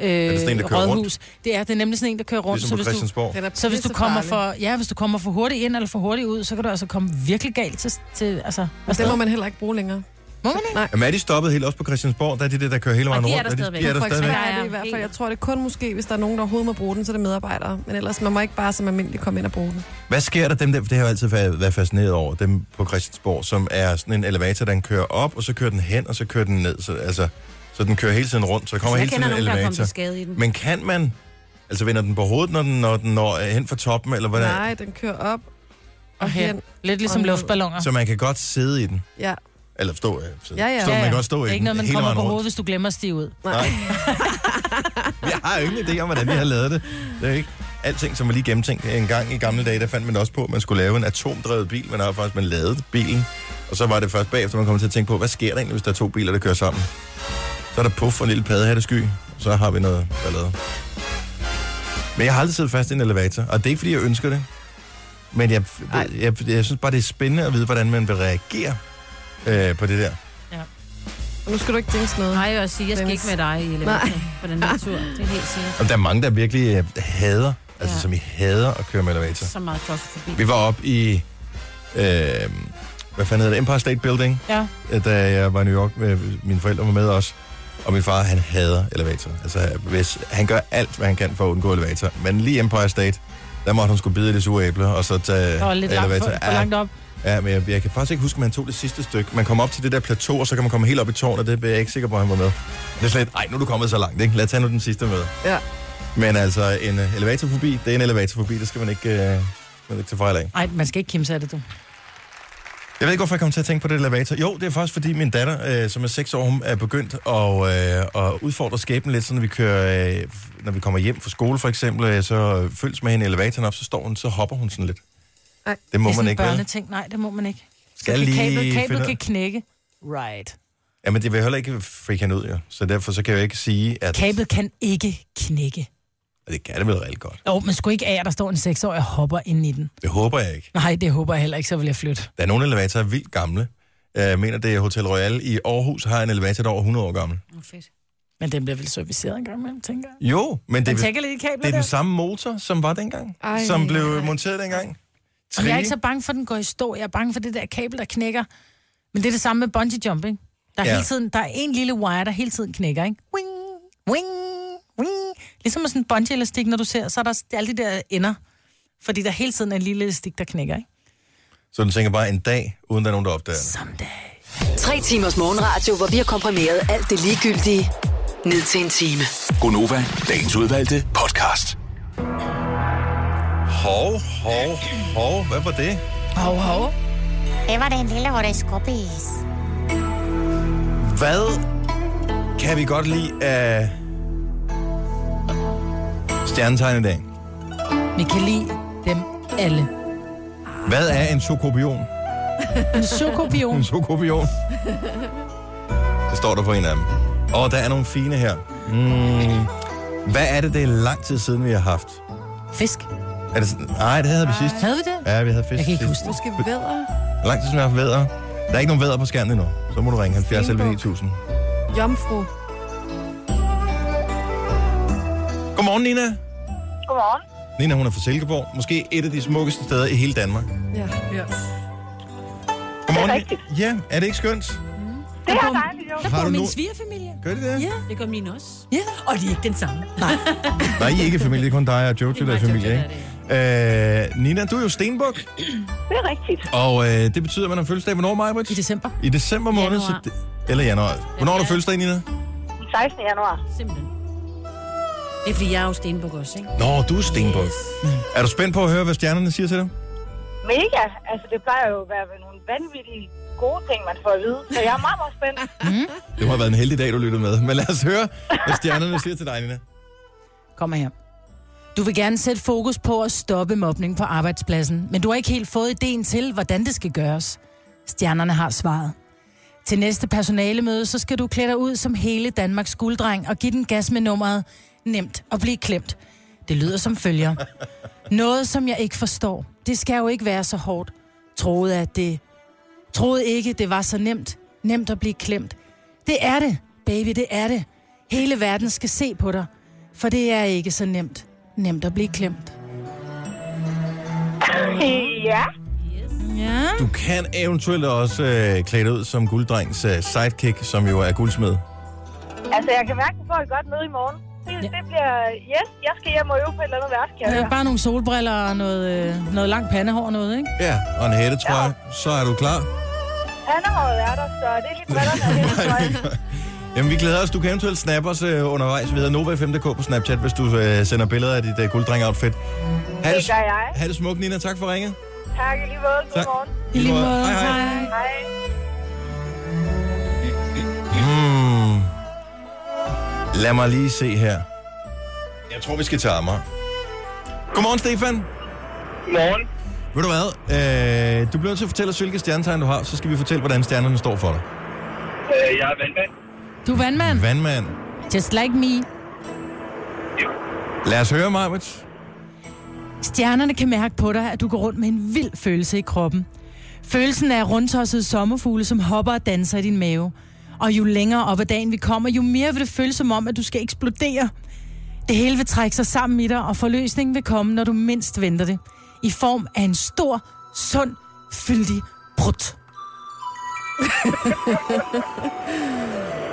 Speaker 2: øh, er
Speaker 1: det sådan en, der kører rundt?
Speaker 2: Det er, det er nemlig sådan en, der kører rundt.
Speaker 1: Ligesom på
Speaker 2: så, hvis du,
Speaker 1: Christiansborg.
Speaker 3: Den er
Speaker 2: så hvis du kommer for, ja, hvis du kommer for hurtigt ind eller for hurtigt ud, så kan du altså komme virkelig galt til, til altså,
Speaker 3: Og det
Speaker 2: afsted.
Speaker 3: må man heller ikke bruge længere.
Speaker 2: må man ikke?
Speaker 1: Jamen er de stoppet helt også på Christiansborg? Der er det, der kører hele vejen
Speaker 4: de er
Speaker 1: rundt.
Speaker 4: der stadigvæk.
Speaker 1: De er der
Speaker 3: For eksempel
Speaker 1: stadigvæk.
Speaker 3: er det i hvert fald, jeg tror det er kun måske, hvis der er nogen, der overhovedet må bruge den, så er det medarbejdere. Men ellers, man må ikke bare som almindelig komme ind og bruge den.
Speaker 1: Hvad sker der dem der? for Det har jeg jo altid fa- været fascineret over. Dem på Christiansborg, som er sådan en elevator, den kører op, og så kører den hen, og så kører den ned. Så, altså, så den kører hele tiden rundt, så der kommer
Speaker 4: jeg
Speaker 1: hele tiden
Speaker 4: kender
Speaker 1: en
Speaker 4: nogen, der er kommet
Speaker 1: elevator.
Speaker 4: til skade i den.
Speaker 1: Men kan man... Altså vender den på hovedet, når den når, den når øh, hen fra toppen, eller hvordan?
Speaker 3: Nej, den kører op og
Speaker 2: Og
Speaker 3: hen.
Speaker 2: hen. Lidt ligesom
Speaker 3: Og ned.
Speaker 2: luftballoner.
Speaker 1: Så man kan godt sidde i den.
Speaker 3: Ja,
Speaker 1: Eller stå, øh, sidde.
Speaker 3: Ja, ja.
Speaker 1: Stå,
Speaker 3: Ja,
Speaker 1: man
Speaker 2: ja.
Speaker 1: kan godt stå i
Speaker 2: det er
Speaker 1: den
Speaker 2: ikke noget, man
Speaker 1: hele
Speaker 2: kommer
Speaker 1: vejen
Speaker 2: på
Speaker 1: rundt.
Speaker 2: hovedet, hvis du glemmer at stige ud.
Speaker 3: nej.
Speaker 1: *laughs* Jeg har jo ingen idé om, hvordan de har lavet det. Det er jo ikke alting, som var lige gennemtænkt. En gang i gamle dage, der fandt man også på, at man skulle lave en atomdrevet bil. Man har faktisk man lavet bilen. Og så var det først bagefter, man kom til at tænke på, hvad sker der egentlig, hvis der er to biler, der kører sammen? Så er der puff og en lille paddehattesky. Så har vi noget ballade. Men jeg har aldrig siddet fast i en elevator. Og det er ikke, fordi jeg ønsker det. Men jeg, jeg, jeg, jeg synes bare, det er spændende at vide, hvordan man vil reagere øh, på det der.
Speaker 3: Og nu skal du ikke tænke sådan noget.
Speaker 4: Nej, jeg vil sige, jeg skal ikke med dig i elevatoren på den her tur. Det er helt
Speaker 1: *laughs*
Speaker 4: sikkert.
Speaker 1: Og der er mange, der virkelig øh, hader, altså
Speaker 4: Ja.
Speaker 1: som i hader at køre med elevator.
Speaker 4: Så meget klaustrofobi.
Speaker 1: Vi var oppe i, øh, hvad fanden hedder det, Empire State Building,
Speaker 2: Ja.
Speaker 1: øh, da jeg var i New York. Med, mine forældre var med også. Og min far, han hader elevator. Altså, hvis, han gør alt, hvad han kan for at undgå elevator. Men lige Empire State, der måtte hun skulle bide i det sure æble, og så tage
Speaker 2: Der var lidt langt, for, for langt op.
Speaker 1: ja, men jeg, jeg kan faktisk ikke huske, om han tog det sidste stykke. Man kommer op til det der plateau, og så kan man komme helt op i tårnet. Det er jeg ikke sikker på, at han var med. Det er slet, ej, nu er du kommet så langt, ikke? Lad os tage nu den sidste med.
Speaker 3: Ja.
Speaker 1: Men altså, en øh, elevatorfobi, det er en elevatorfobi. Det skal man ikke, øh, man skal ikke tage fejl af.
Speaker 2: Nej, man skal ikke kimse af det, du.
Speaker 1: Jeg ved ikke, hvorfor jeg kom til at tænke på det elevator. Jo, det er faktisk, fordi min datter, øh, som er 6 år, hun er begyndt at, øh, at udfordre skæbnen lidt, så når vi, kører, øh, når vi kommer hjem fra skole for eksempel, øh, så øh, følges med hende i elevatoren op, så står hun, så hopper hun sådan lidt.
Speaker 3: Ej,
Speaker 1: det må
Speaker 2: det er
Speaker 1: man
Speaker 2: sådan en
Speaker 1: ikke, vel?
Speaker 2: børneting. Nej, det må man ikke.
Speaker 1: Skal
Speaker 2: så
Speaker 1: jeg lige
Speaker 2: kan kablet,
Speaker 1: finde
Speaker 2: kablet
Speaker 1: ud-
Speaker 2: kan knække. Right.
Speaker 1: Jamen, det vil heller ikke freak hende ud, jo. Så derfor så kan jeg jo ikke sige, at...
Speaker 2: Kablet kan ikke knække.
Speaker 1: Og det kan det vel rigtig godt.
Speaker 2: Jo, men sgu ikke af, at der står en seksårig og hopper ind i den.
Speaker 1: Det håber jeg ikke.
Speaker 2: Nej, det håber jeg heller ikke, så vil jeg flytte.
Speaker 1: Der er nogle elevatorer der er vildt gamle. Jeg mener, det er Hotel Royal i Aarhus har en elevator, der er over 100 år gammel.
Speaker 4: Åh, fedt.
Speaker 2: Men den bliver vel serviceret en gang imellem, tænker jeg.
Speaker 1: Jo, men det,
Speaker 2: Den
Speaker 1: er-
Speaker 2: tænker lidt i kablet
Speaker 1: det er den
Speaker 2: der.
Speaker 1: samme motor, som var dengang.
Speaker 3: Ej.
Speaker 1: som blev monteret dengang.
Speaker 2: Jamen, jeg er
Speaker 1: Trine?
Speaker 2: ikke så bange for, at den går i stå. Jeg er bange for det der kabel, der knækker. Men det er det samme med bungee jumping. Der er,
Speaker 1: Ja.
Speaker 2: ja. hele tiden, der er en lille wire, der hele tiden knækker, ikke? Wing, wing, wing. Ligesom med sådan en bungee-elastik, når du ser, så er der s- det er alle de der ender. Fordi der hele tiden er en lille elastik, der knækker, ikke?
Speaker 1: Så den tænker bare en dag, uden der er nogen, der opdager det.
Speaker 2: Someday.
Speaker 5: Tre timers morgenradio, hvor vi har komprimeret alt det ligegyldige ned til en time.
Speaker 6: Gonova, dagens udvalgte podcast.
Speaker 1: Hov, hov, hov. Hvad var det?
Speaker 2: Hov, hov.
Speaker 7: Det var den lille horoskopis.
Speaker 1: Hvad kan vi godt lide af stjernetegn i dag?
Speaker 2: Vi kan lide dem alle.
Speaker 1: Hvad er en sokobion?
Speaker 2: En sokobion.
Speaker 1: En sokobion? Det står der på en af dem. Og der er nogle fine her. Mm. Hvad er det, det er lang tid siden, vi har haft?
Speaker 2: Fisk.
Speaker 1: Er det sådan? Nej, det havde vi sidst.
Speaker 2: Havde vi det?
Speaker 1: Ja, vi havde fisk
Speaker 2: Jeg kan ikke
Speaker 1: sidst.
Speaker 2: huske det.
Speaker 3: Måske vædder.
Speaker 1: Lang tid siden, vi har haft vædder. Der er ikke nogen vædder på skærmen endnu. Så må du ringe 70 11 9000.
Speaker 3: Jomfru.
Speaker 1: Godmorgen, Nina.
Speaker 8: Godmorgen.
Speaker 1: Nina, hun er fra Silkeborg. Måske et af de smukkeste steder i hele Danmark.
Speaker 3: Ja. ja.
Speaker 1: Godmorgen.
Speaker 8: rigtigt.
Speaker 1: Ja, er det ikke skønt?
Speaker 8: Det er dejligt, jo.
Speaker 4: Der
Speaker 1: Har
Speaker 4: bor
Speaker 1: du
Speaker 4: min
Speaker 1: nu-
Speaker 4: svigerfamilie.
Speaker 1: Gør det det?
Speaker 4: Ja, det gør min også.
Speaker 2: Ja.
Speaker 4: Og de er ikke den samme.
Speaker 1: Nej, I er ikke familie. Det er kun dig og Jojo,
Speaker 4: Det er
Speaker 1: der er
Speaker 4: mig,
Speaker 1: familie,
Speaker 4: Jojo,
Speaker 1: ikke? Øh, Nina, du er jo stenbuk,
Speaker 8: Det er rigtigt.
Speaker 1: og øh, det betyder, at man har fødselsdag. Hvornår, Majbert?
Speaker 2: I december.
Speaker 1: I december måned. Så
Speaker 4: Januar.
Speaker 1: det, eller januar. Hvornår har du fødselsdag, Nina?
Speaker 8: 16. januar.
Speaker 4: Simpelthen. Det er fordi, jeg er jo stenbuk også, ikke?
Speaker 1: Nå, du er stenbuk. Er du spændt på at høre, hvad stjernerne siger til dig?
Speaker 8: Mega. Altså, det plejer jo at være ved nogle vanvittige gode ting, man får at vide. Så jeg er meget, meget
Speaker 1: *laughs*
Speaker 8: spændt.
Speaker 1: Det må have været en heldig dag, du lyttede med. Men lad os høre, hvad stjernerne siger til dig, Nina.
Speaker 2: Kom her. Du vil gerne sætte fokus på at stoppe mobning på arbejdspladsen, men du har ikke helt fået ideen til, hvordan det skal gøres. Stjernerne har svaret. Til næste personalemøde, så skal du klæde dig ud som hele Danmarks gulddreng og give den gas med nummeret nemt og blive klemt. Det lyder som følger. Noget, som jeg ikke forstår. Det skal jo ikke være så hårdt. Troede, at det... Troede ikke, det var så nemt. Nemt at blive klemt. Det er det, baby, det er det. Hele verden skal se på dig. For det er ikke så nemt. Nemt at blive klemt.
Speaker 8: ja.
Speaker 2: Ja.
Speaker 1: Du kan eventuelt også øh, klæde dig ud som gulddrengs øh, sidekick, som jo er guldsmed.
Speaker 8: Altså, jeg kan mærke, at du får et godt møde i morgen. Det,
Speaker 2: Ja.
Speaker 8: det bliver, yes, jeg skal hjem og øve på et eller andet værk, kan jeg
Speaker 2: Ja.
Speaker 8: høre.
Speaker 2: Bare nogle solbriller og noget, øh, noget langt pandehår og noget, ikke?
Speaker 1: Ja, og en hætte, tror jeg. Så er du klar.
Speaker 8: Pandehåret er der, så det er lige brillerne og det tror
Speaker 1: *laughs*
Speaker 8: jeg.
Speaker 1: Jamen, vi glæder os. Du kan eventuelt snappe os øh, undervejs. Vi hedder Nova5.dk på Snapchat, hvis du øh, sender billeder af dit øh, gulddreng-outfit. Ha'
Speaker 8: Det gør jeg.
Speaker 1: Ha' det smukt, Nina. Tak for ringet.
Speaker 8: Tak i lige måde.
Speaker 1: Tak.
Speaker 8: Godmorgen.
Speaker 2: I lige måde.
Speaker 1: Hej, hej.
Speaker 8: Hej.
Speaker 1: Hmm. Lad mig lige se her. Jeg tror, vi skal til Amager. Godmorgen, Stefan.
Speaker 8: Morgen.
Speaker 1: Ved du hvad? Øh, du bliver nødt til at fortælle os, hvilke stjernetegn du har, så skal vi fortælle, hvordan stjernerne står for dig.
Speaker 8: Øh, jeg er vandmand.
Speaker 2: Du er vandmand.
Speaker 1: Vandmand.
Speaker 2: Just like me.
Speaker 1: Lad os høre, Marvits.
Speaker 2: Stjernerne kan mærke på dig, at du går rundt med en vild følelse i kroppen. Følelsen er rundtossede sommerfugle, som hopper og danser i din mave. Og jo længere op ad dagen vi kommer, jo mere vil det føles som om, at du skal eksplodere. Det hele vil trække sig sammen i dig, og forløsningen vil komme, når du mindst venter det. I form af en stor, sund, fyldig brud.
Speaker 9: *laughs*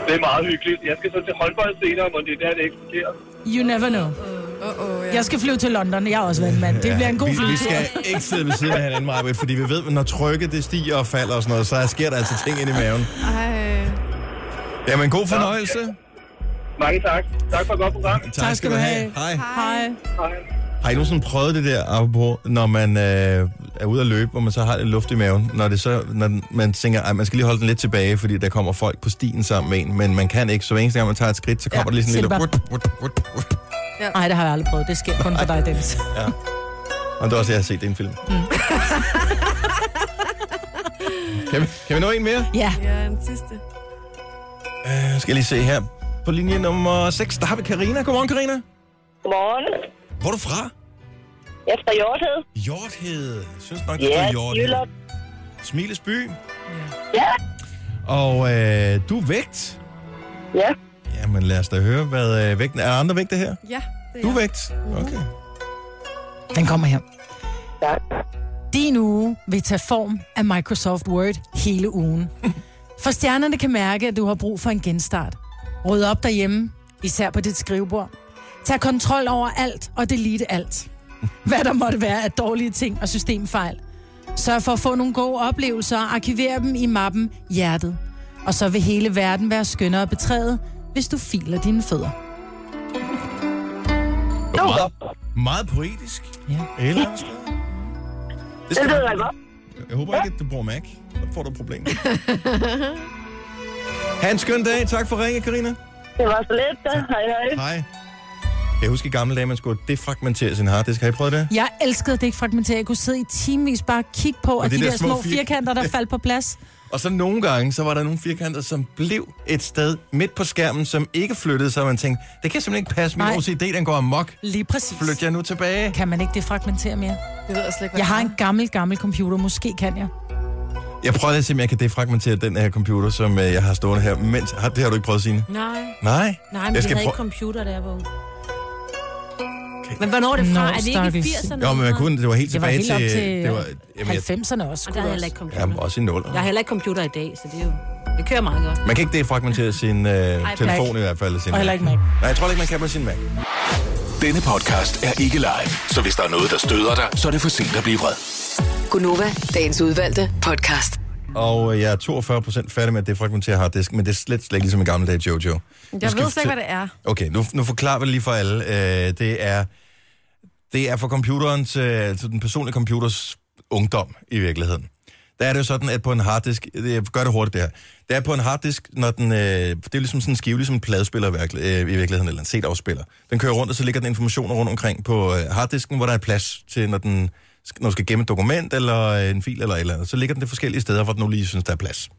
Speaker 9: Det er meget hyggeligt. Jeg skal så til håndbold senere, men det er der, det eksploderer.
Speaker 2: You never know.
Speaker 3: Åh, åh, ja.
Speaker 2: Jeg skal flyve til London, jeg er også vandmand. Det bliver en god
Speaker 1: vi, vi
Speaker 2: flyvetur.
Speaker 1: skal ikke sidde ved siden af hinanden, Marvitt, fordi vi ved, at når trykket det stiger og falder og sådan noget, så sker der altså ting ind i maven.
Speaker 3: Ej.
Speaker 1: Jamen, god fornøjelse.
Speaker 9: Mange tak. Tak for et godt program.
Speaker 2: Tak skal du have.
Speaker 1: Hej.
Speaker 2: Hej.
Speaker 9: Hej.
Speaker 1: Har I nogensinde prøvet det der, apropos, når man øh, er ude at løbe, og man så har lidt luft i maven, når, det så, når den- man tænker, at man skal lige holde den lidt tilbage, fordi der kommer folk på stien sammen med en, men man kan ikke, så hver eneste gang man tager et skridt, så kommer
Speaker 2: Ja,
Speaker 1: der lige sådan en lille...
Speaker 2: siger det
Speaker 1: Wut, wut, wut, wut.
Speaker 2: Nej, det har jeg aldrig prøvet. Det sker kun for dig, Dennis.
Speaker 1: Og det er også, jeg har set det i en film. *laughs* kan, vi, kan vi nå en mere?
Speaker 2: Ja.
Speaker 3: Ja, en sidste.
Speaker 1: Øh, skal jeg lige se her. På linje nummer 6, der har vi Karina. Godmorgen, Karina.
Speaker 8: Godmorgen.
Speaker 1: Hvor er du fra?
Speaker 8: Jeg er fra Hjorthed.
Speaker 1: Hjorthed. Jeg synes nok, det er Hjorthed. Smiles by.
Speaker 8: Ja.
Speaker 1: Og øh, du er vægt.
Speaker 8: Ja.
Speaker 1: Jamen lad os da høre, hvad øh, vægten er. Er der andre vægte her?
Speaker 3: Ja, det er
Speaker 1: Du er
Speaker 3: jeg.
Speaker 1: vægt. Okay.
Speaker 2: Den kommer her.
Speaker 8: Tak.
Speaker 2: Din uge vil tage form af Microsoft Word hele ugen. For stjernerne kan mærke, at du har brug for en genstart. Ryd op derhjemme, især på dit skrivebord. Tag kontrol over alt og delete alt. Hvad der måtte være af dårlige ting og systemfejl. Sørg for at få nogle gode oplevelser og arkiver dem i mappen Hjertet. Og så vil hele verden være skønnere at betræde, hvis du filer dine fødder.
Speaker 1: Det var meget, meget poetisk.
Speaker 2: Ja.
Speaker 1: Eller andet sted. Det skal
Speaker 8: Det ved
Speaker 1: man-
Speaker 8: jeg godt.
Speaker 1: Jeg håber ikke, at du bruger Mac. Så får du problemer. *laughs* ha' en skøn dag. Tak for ringe, Karina.
Speaker 8: Det var så let. da. Hej, hej.
Speaker 1: Hej. Kan Jeg husker i gamle dage, man skulle defragmentere sin harddisk. Har I prøvet det?
Speaker 2: Jeg elskede det ikke fragmenteret. Jeg kunne sidde i timevis bare og kigge på, at
Speaker 1: det
Speaker 2: de
Speaker 1: der
Speaker 2: der
Speaker 1: små
Speaker 2: små
Speaker 1: fir-
Speaker 2: firkanter, der faldt på plads.
Speaker 1: Og så nogle gange, så var der nogle firkanter, som blev et sted midt på skærmen, som ikke flyttede sig, og man tænkte, det kan simpelthen ikke passe, min
Speaker 2: Nej.
Speaker 1: OCD, den går amok.
Speaker 2: Lige præcis.
Speaker 1: Flyt jeg nu tilbage.
Speaker 2: Kan man ikke det fragmentere mere?
Speaker 3: Det ved jeg slet ikke, hvad
Speaker 2: Jeg har
Speaker 3: det
Speaker 2: en gammel, gammel computer. Måske kan jeg.
Speaker 1: Jeg prøver lige at se, om jeg kan defragmentere den her computer, som øh, jeg har stående her. Mens... Har, det har du ikke prøvet, Signe?
Speaker 4: Nej,
Speaker 1: Nej.
Speaker 4: nej, men
Speaker 1: Jeg
Speaker 4: jeg
Speaker 1: skal
Speaker 4: havde ikke
Speaker 1: prøve-
Speaker 4: computer, der var Men hvornår er det
Speaker 2: Nå,
Speaker 4: fra? er det ikke i
Speaker 2: stakkels.
Speaker 4: 80'erne?
Speaker 1: Jo, men man kunne, det var helt
Speaker 2: Det var
Speaker 1: tilbage
Speaker 2: helt
Speaker 1: til...
Speaker 2: op
Speaker 1: øh,
Speaker 2: til
Speaker 1: det var, jamen,
Speaker 2: Jamen,
Speaker 1: jeg,
Speaker 2: 90'erne også.
Speaker 4: Og
Speaker 2: skulle
Speaker 4: der
Speaker 2: også.
Speaker 4: havde jeg heller ikke computer.
Speaker 1: jamen, også i 0.
Speaker 4: Jeg har heller ikke computer i dag, så det er jo... Det kører meget godt.
Speaker 1: Man kan ikke defragmentere sin øh, telefon i hvert fald. Sin
Speaker 2: Og heller ikke Mac.
Speaker 1: Nej, jeg tror ikke, man kan på sin Mac.
Speaker 6: Denne podcast er ikke live, så hvis der er noget, der støder dig, så er det for sent at blive vred.
Speaker 5: Gunova, dagens udvalgte podcast.
Speaker 1: Og øh, jeg er 42% færdig med at defragmentere harddisken, men det er slet, slet ikke ligesom i gamle dage, Jojo. Jeg
Speaker 3: Jeg ved slet ikke, hvad det er.
Speaker 1: Okay, nu, nu forklarer vi det lige for alle. Øh, det er det er for computerens, øh, altså den personlige computers ungdom i virkeligheden. Der er det jo sådan, at på en harddisk, jeg gør det hurtigt det her, det er på en harddisk, når den, øh, det er ligesom sådan en skive, ligesom en pladespiller i virkelig- øh, i virkeligheden, eller en CD-afspiller. Den kører rundt, og så ligger den informationer rundt omkring på øh, harddisken, hvor der er plads til, når den, når du skal gemme et dokument, eller øh, en fil, eller et eller andet. Så ligger den det forskellige steder, hvor den nu lige synes, der er plads.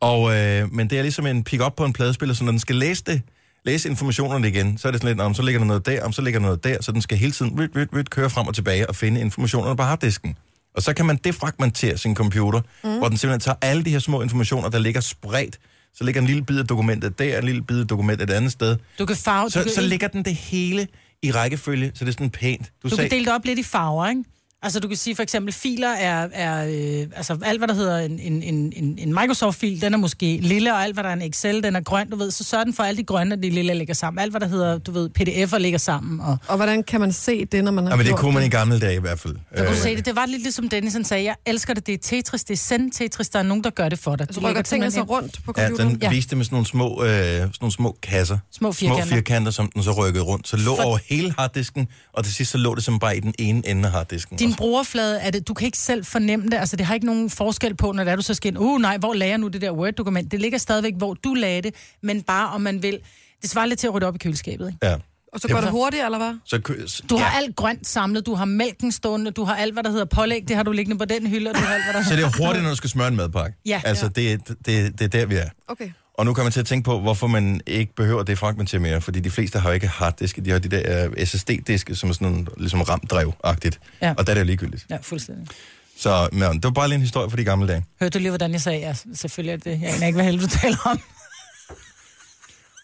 Speaker 1: Og, øh, men det er ligesom en pick-up på en pladespiller, så når den skal læse det, læse informationerne igen, så er det sådan lidt, om så ligger der noget der, om så ligger der noget der, så den skal hele tiden ryt, ryt, ryt, køre frem og tilbage og finde informationerne på harddisken. Og så kan man defragmentere sin computer, mm. hvor den simpelthen tager alle de her små informationer, der ligger spredt. Så ligger en lille bid af dokumentet der, en lille bid af dokumentet et andet sted.
Speaker 2: Du kan farve...
Speaker 1: Så,
Speaker 2: du kan,
Speaker 1: så ligger den det hele i rækkefølge, så det er sådan pænt.
Speaker 2: du kan dele det op lidt i farver, ikke? Altså, du kan sige for eksempel, filer er, er øh, altså alt, hvad der hedder en, en, en, en- en Microsoft-fil, den er måske lille, og alt, hvad der er en Excel, den er grøn, du ved. Så sørg den for, at alle de grønne og de lille ligger sammen. Alt, hvad der hedder, du ved, PDF'er ligger sammen. Og,
Speaker 3: Og hvordan kan man se det, når man har
Speaker 1: Ja, men det
Speaker 3: gjort
Speaker 1: kunne man i gamle dage i hvert fald.
Speaker 2: så kunne
Speaker 1: Øh,
Speaker 2: du se det. Det var lidt ligesom Dennis han sagde, jeg elsker det, det er Tetris, det er Zen Tetris, der er nogen, der gør det for dig.
Speaker 3: Så
Speaker 2: Du
Speaker 3: rykker
Speaker 2: lægger
Speaker 3: tingene sig
Speaker 2: simpelthen
Speaker 3: rundt på
Speaker 1: Ja,
Speaker 3: computeren.
Speaker 1: den ja.
Speaker 2: Ja.
Speaker 1: viste med sådan nogle små, øh, sådan nogle små kasser.
Speaker 2: Små firkanter.
Speaker 1: Små firkanter, som den så rykkede rundt. Så lå For...
Speaker 2: For-
Speaker 1: over hele harddisken, og til sidst så lå det som bare i den ene ende af harddisken.
Speaker 2: Din
Speaker 1: Og så-
Speaker 2: brugerflade, er det, du kan ikke selv fornemme det, altså det har ikke nogen forskel på, når det er, du så skal ind, uh nej, hvor lagde jeg nu det der Word-dokument? Det ligger stadigvæk, hvor du lagde det, men bare om man vil. Det svarer lidt til at rydde op i køleskabet, ikke?
Speaker 1: Ja.
Speaker 3: Og så går det hurtigt, eller hvad?
Speaker 1: Så, kø-
Speaker 2: Du
Speaker 1: ja.
Speaker 2: har alt grønt samlet, du har mælken stående, du har alt, hvad der hedder pålæg, det har du liggende på den hylde, og du har alt, hvad
Speaker 1: *laughs*
Speaker 2: der
Speaker 1: så
Speaker 2: hedder...
Speaker 1: det er hurtigt, når du skal smøre en madpakke.
Speaker 2: Ja.
Speaker 1: Altså, det, det, det er der, vi er.
Speaker 3: Okay.
Speaker 1: Og nu kommer jeg til at tænke på, hvorfor man ikke behøver det fragmentere mere, fordi de fleste har jo ikke harddiske, de har de der øh, SSD-diske, som er sådan nogle, ligesom ramdrev-agtigt.
Speaker 2: Ja.
Speaker 1: Og der er det jo ligegyldigt.
Speaker 2: Ja, fuldstændig.
Speaker 1: Så men, det var bare lige en historie for de gamle dage.
Speaker 2: Hørte du lige, hvordan jeg sagde? Ja, selvfølgelig er det. Jeg aner ikke, hvad helvede du taler om.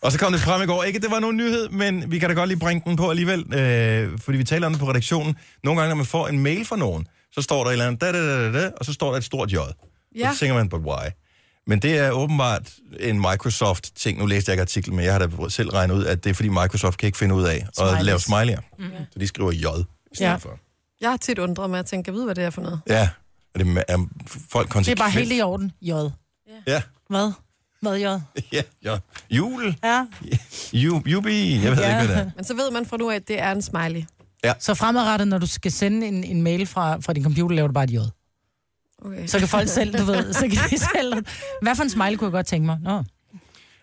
Speaker 1: Og så kom det frem i går. Ikke, at det var nogen nyhed, men vi kan da godt lige bringe den på alligevel, øh, fordi vi taler om det på redaktionen. Nogle gange, når man får en mail fra nogen, så står der et eller andet, da, da, da, da, da, og så står der et stort J.
Speaker 3: Ja.
Speaker 1: Og så tænker man, but why? Men det er åbenbart en Microsoft-ting. Nu læste jeg ikke artiklen, men jeg har da selv regnet ud, at det er fordi Microsoft kan ikke finde ud af at
Speaker 2: Smileys.
Speaker 1: lave smiley'er. Mm-hmm. Så de skriver J i stedet ja.
Speaker 2: Ja.
Speaker 1: for.
Speaker 3: Jeg har tit undret mig at tænke, jeg ved, hvad det er for noget.
Speaker 1: Ja, og det er- er folk
Speaker 2: Det er
Speaker 1: konsekvent.
Speaker 2: bare helt i orden. J.
Speaker 1: Ja, *laughs*
Speaker 2: Hvad? Hvad, J?
Speaker 1: ja, ja. Jul,
Speaker 2: Ja.
Speaker 1: ju, jubi, jeg ved ja.
Speaker 2: Ja.
Speaker 1: ikke, hvad det er.
Speaker 3: Men så ved man fra nu af, at det er en smiley.
Speaker 2: Så fremadrettet, når du skal sende en, en mail fra, fra din computer, laver du bare et J.
Speaker 3: Okay.
Speaker 2: Så kan folk selv, du ved, så kan de selv... Hvad for en smile kunne jeg godt tænke mig? Nå.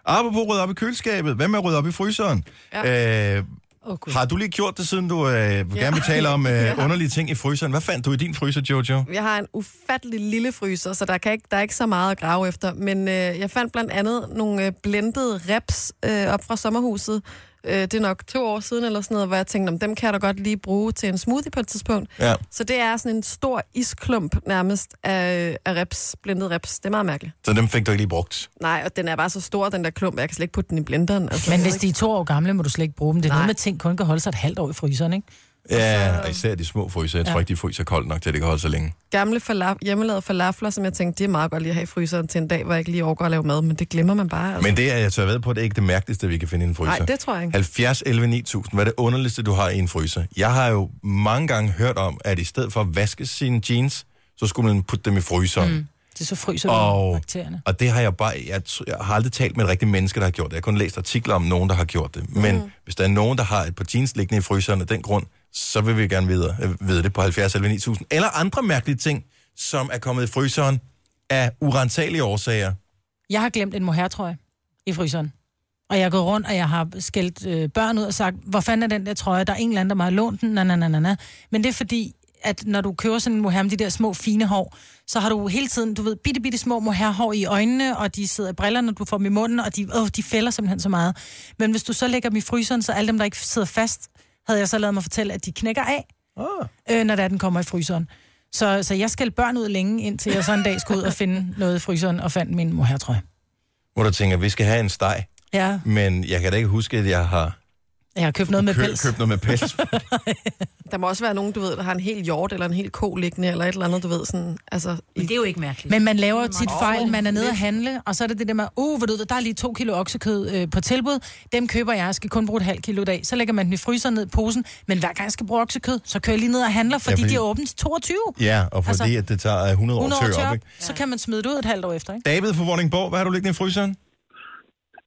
Speaker 1: Apropos rydde op i køleskabet. Hvad med at rydde op i fryseren? Ja. Øh,
Speaker 2: Oh, Gud.
Speaker 1: har du lige gjort det, siden du øh, gerne vil tale
Speaker 3: *laughs*
Speaker 1: om øh, underlige ting i fryseren? Hvad fandt du i din fryser, Jojo?
Speaker 3: Jeg har en ufattelig lille fryser, så der, kan ikke, der er ikke så meget at grave efter. Men øh, jeg fandt blandt andet nogle øh, blendede reps øh, op fra sommerhuset. Øh, det er nok to år siden eller sådan noget, hvor jeg tænkte, om dem kan jeg da godt lige bruge til en smoothie på et tidspunkt.
Speaker 1: Ja.
Speaker 3: Så det er sådan en stor isklump nærmest af, af reps, blendede reps. Det er meget mærkeligt.
Speaker 1: Så dem fik du ikke lige brugt.
Speaker 3: Nej, og den er bare så stor, den der klump, jeg kan slet ikke putte den i blenderen. Altså,
Speaker 2: Men
Speaker 3: jeg
Speaker 2: hvis
Speaker 3: ved
Speaker 2: de er to år gamle, må du slet ikke bruge dem. Det er
Speaker 3: Nej.
Speaker 2: noget med at ting, kun kan holde sig et halvt år i fryseren, ikke?
Speaker 1: Ja, og især de små fryser. Jeg tror
Speaker 2: Ja.
Speaker 1: ikke, de fryser koldt nok til, at det kan holde så længe.
Speaker 3: gamle falaf, hjemmelavede falafler, som jeg tænkte, det er meget godt lige at have i fryseren til en dag, hvor jeg ikke lige overgår at lave mad, men det glemmer man bare. Altså.
Speaker 1: Men det er, jeg tør ved på, det er ikke det mærkeligste, vi kan finde i en fryser.
Speaker 3: Nej, det tror jeg ikke.
Speaker 1: 70, 11, 9000. Hvad er det underligste, du har i en fryser? Jeg har jo mange gange hørt om, at i stedet for at vaske sine jeans, så skulle man putte dem i fryseren. Mm.
Speaker 2: De rigtigt, så fryser
Speaker 1: Og-
Speaker 2: du bakterierne.
Speaker 1: Og det har jeg bare... Jeg, tr- jeg har aldrig talt med et rigtigt menneske, der har gjort det. Jeg har kun læst artikler om nogen, der har gjort det. Men
Speaker 2: Mhm.
Speaker 1: mm. hvis der er nogen, der har et par jeans liggende i fryseren af den grund, så vil vi gerne vide, øh, vide det på 70 eller 9000. Eller andre mærkelige ting, som er kommet i fryseren af urensagelige årsager.
Speaker 2: Jeg har glemt en mohairtrøje i fryseren. Og jeg er gået rundt, og jeg har skældt øh, børn ud og sagt, hvor fanden er den der trøje? Der er en eller anden, der mig har lånt den. Na, na, na, na, na. Men det er fordi, at når du køber sådan en mohair med de der små fine hår, så har du hele tiden, du ved, bitte, bitte små mohairhår i øjnene, og de sidder i brillerne, du får dem i munden, og de, åh, de fælder simpelthen så meget. Men hvis du så lægger dem i fryseren, så alle dem, der ikke sidder fast, havde jeg så lavet mig fortælle, at de knækker af, oh. øh, når der den kommer i fryseren. Så, så jeg skældte børn ud længe, indtil jeg så en dag skulle ud og finde noget i fryseren, og fandt min mohairtrøje.
Speaker 1: Hvor du tænker, vi skal have en steg.
Speaker 2: Ja,
Speaker 1: Men jeg kan da ikke huske, at jeg har
Speaker 2: jeg har købt noget med
Speaker 1: kø-
Speaker 2: pels.
Speaker 1: købt noget med
Speaker 2: *laughs*
Speaker 1: pels.
Speaker 3: Der må også være nogen, du ved, der har en hel hjort eller en hel ko liggende, eller et eller andet, du ved, sådan, altså...
Speaker 4: Men
Speaker 3: I,
Speaker 4: det er jo ikke mærkeligt.
Speaker 2: Men man laver jo tit
Speaker 3: Nå,
Speaker 2: fejl. Man er nede
Speaker 3: lidt.
Speaker 2: og handle, og så er det det der med, uh, ved du, hvad, der er lige to kilo oksekød øh, på tilbud. Dem køber jeg, jeg skal kun bruge et halvt kilo i dag. Så lægger man den i fryseren ned i posen, men hver gang jeg skal bruge oksekød, så kører jeg lige ned og handler, fordi, ja,
Speaker 1: fordi-
Speaker 2: fordi... de er åbent til 22.
Speaker 1: ja, og fordi altså,
Speaker 2: Altså,
Speaker 1: at det tager øh, 100 år
Speaker 2: 100
Speaker 1: at
Speaker 2: år
Speaker 1: tørre
Speaker 2: til
Speaker 1: op.
Speaker 2: op,
Speaker 1: Ikke?
Speaker 2: så kan man smide det ud et halvt år efter, ikke?
Speaker 1: David fra Vordingborg, hvad har du liggende i fryseren?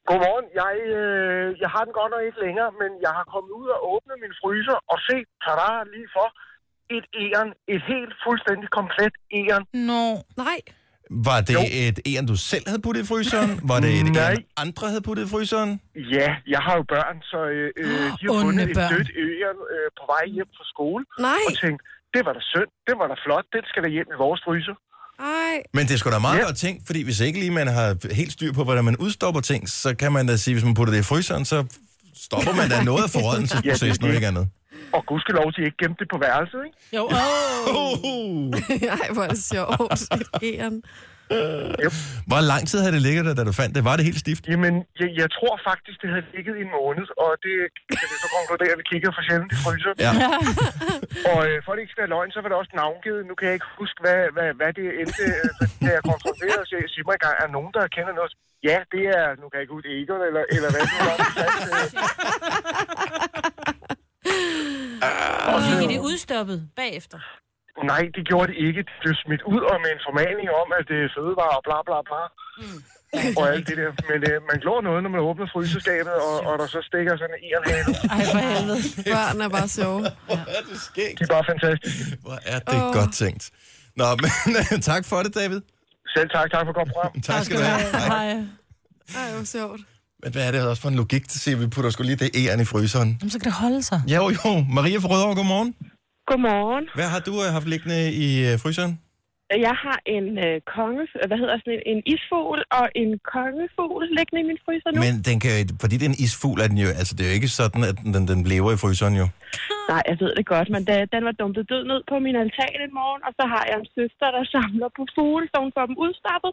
Speaker 9: Godmorgen. Jeg, øh, jeg har den godt nok ikke længere, men jeg har kommet ud og åbnet min fryser og set, tada, lige for et æren. Et helt fuldstændig komplet æren.
Speaker 2: Nå,
Speaker 3: nej,
Speaker 1: Var det
Speaker 9: Jo.
Speaker 1: et æren, du selv havde puttet i fryseren? Var det et
Speaker 9: Nej.
Speaker 1: æren, andre havde puttet i fryseren?
Speaker 9: Ja, jeg har jo børn, så øh, øh, de
Speaker 2: Ah,
Speaker 9: har
Speaker 2: Onde
Speaker 9: fundet et
Speaker 2: børn.
Speaker 9: dødt æren øh, på vej hjem fra skole
Speaker 3: nej,
Speaker 9: og tænkt, det var da synd, det var da flot, den skal da hjem i vores fryser.
Speaker 3: nej.
Speaker 1: Men det er sgu da meget
Speaker 9: Ja.
Speaker 1: ja. godt ting, fordi hvis ikke lige man har helt styr på, hvordan man udstopper ting, så kan man da sige, hvis man putter det i fryseren, så stopper man da noget af forrådelsesprocessen,
Speaker 9: Ja, det er
Speaker 1: og
Speaker 9: det.
Speaker 1: ikke andet.
Speaker 9: Og gudskelov, de ikke gemte det på værelset, ikke?
Speaker 2: jo, oh.
Speaker 1: Uh,
Speaker 3: *laughs* Ej, hvor er det sjovt. Et æren.
Speaker 1: hvor lang tid havde det ligget der, da du fandt det? Var det helt stift?
Speaker 9: Jamen, jeg, jeg tror faktisk, det havde ligget i en måned, og det kan vi så konkludere, at vi kigger for sjældent i fryser.
Speaker 1: Ja.
Speaker 9: Og øh, for at det ikke skal være løgn, så var det også navngivet. Nu kan jeg ikke huske, hvad, hvad, hvad det endte, øh, da jeg konfronterede og sagde, sig mig engang, er der nogen, der kender noget? Ja, det er, nu kan jeg ikke ud Egon, eller, eller hvad det nu er. øh,
Speaker 4: Og fik I det udstoppet bagefter?
Speaker 9: Nej, det gjorde det ikke. Det blev smidt ud og med en formaning om, at det er fødevarer og bla bla bla. Mm. Og alt det der. Men øh, man glår noget, når man åbner fryseskabet, og, og der så stikker sådan en hale.
Speaker 2: Ej, for
Speaker 1: *laughs*
Speaker 2: helvede.
Speaker 3: Børn er bare sjove.
Speaker 9: Det er bare fantastisk.
Speaker 1: Hvor er det oh. godt tænkt. Nå, men *laughs* tak for det, David.
Speaker 9: Selv tak, tak for et godt program.
Speaker 1: Tak skal du have. Hej.
Speaker 2: Hej.
Speaker 3: Ej, hvor sjovt.
Speaker 1: Men hvad er det også for en logik til at sige, at vi putter sgu lige det æren i fryseren?
Speaker 2: Jamen, så kan det holde sig.
Speaker 1: Ja, jo, jo. Maria fra Rødovre, godmorgen.
Speaker 10: Godmorgen.
Speaker 1: Hvad har du øh, haft liggende i øh, fryseren?
Speaker 10: Jeg har en øh, konge, hvad hedder sådan en, en isfugl og en kongefugl liggende i min fryser nu. Men...
Speaker 1: Men den kan, jo- fordi det er en isfugl, er den jo, altså det er jo ikke sådan, at den, den, den lever i fryseren jo.
Speaker 10: Mm. Nej, jeg ved det godt, men da, den var dumpet død ned på min altan en morgen, og så har jeg en søster, der samler på fugle, så hun får dem udstoppet,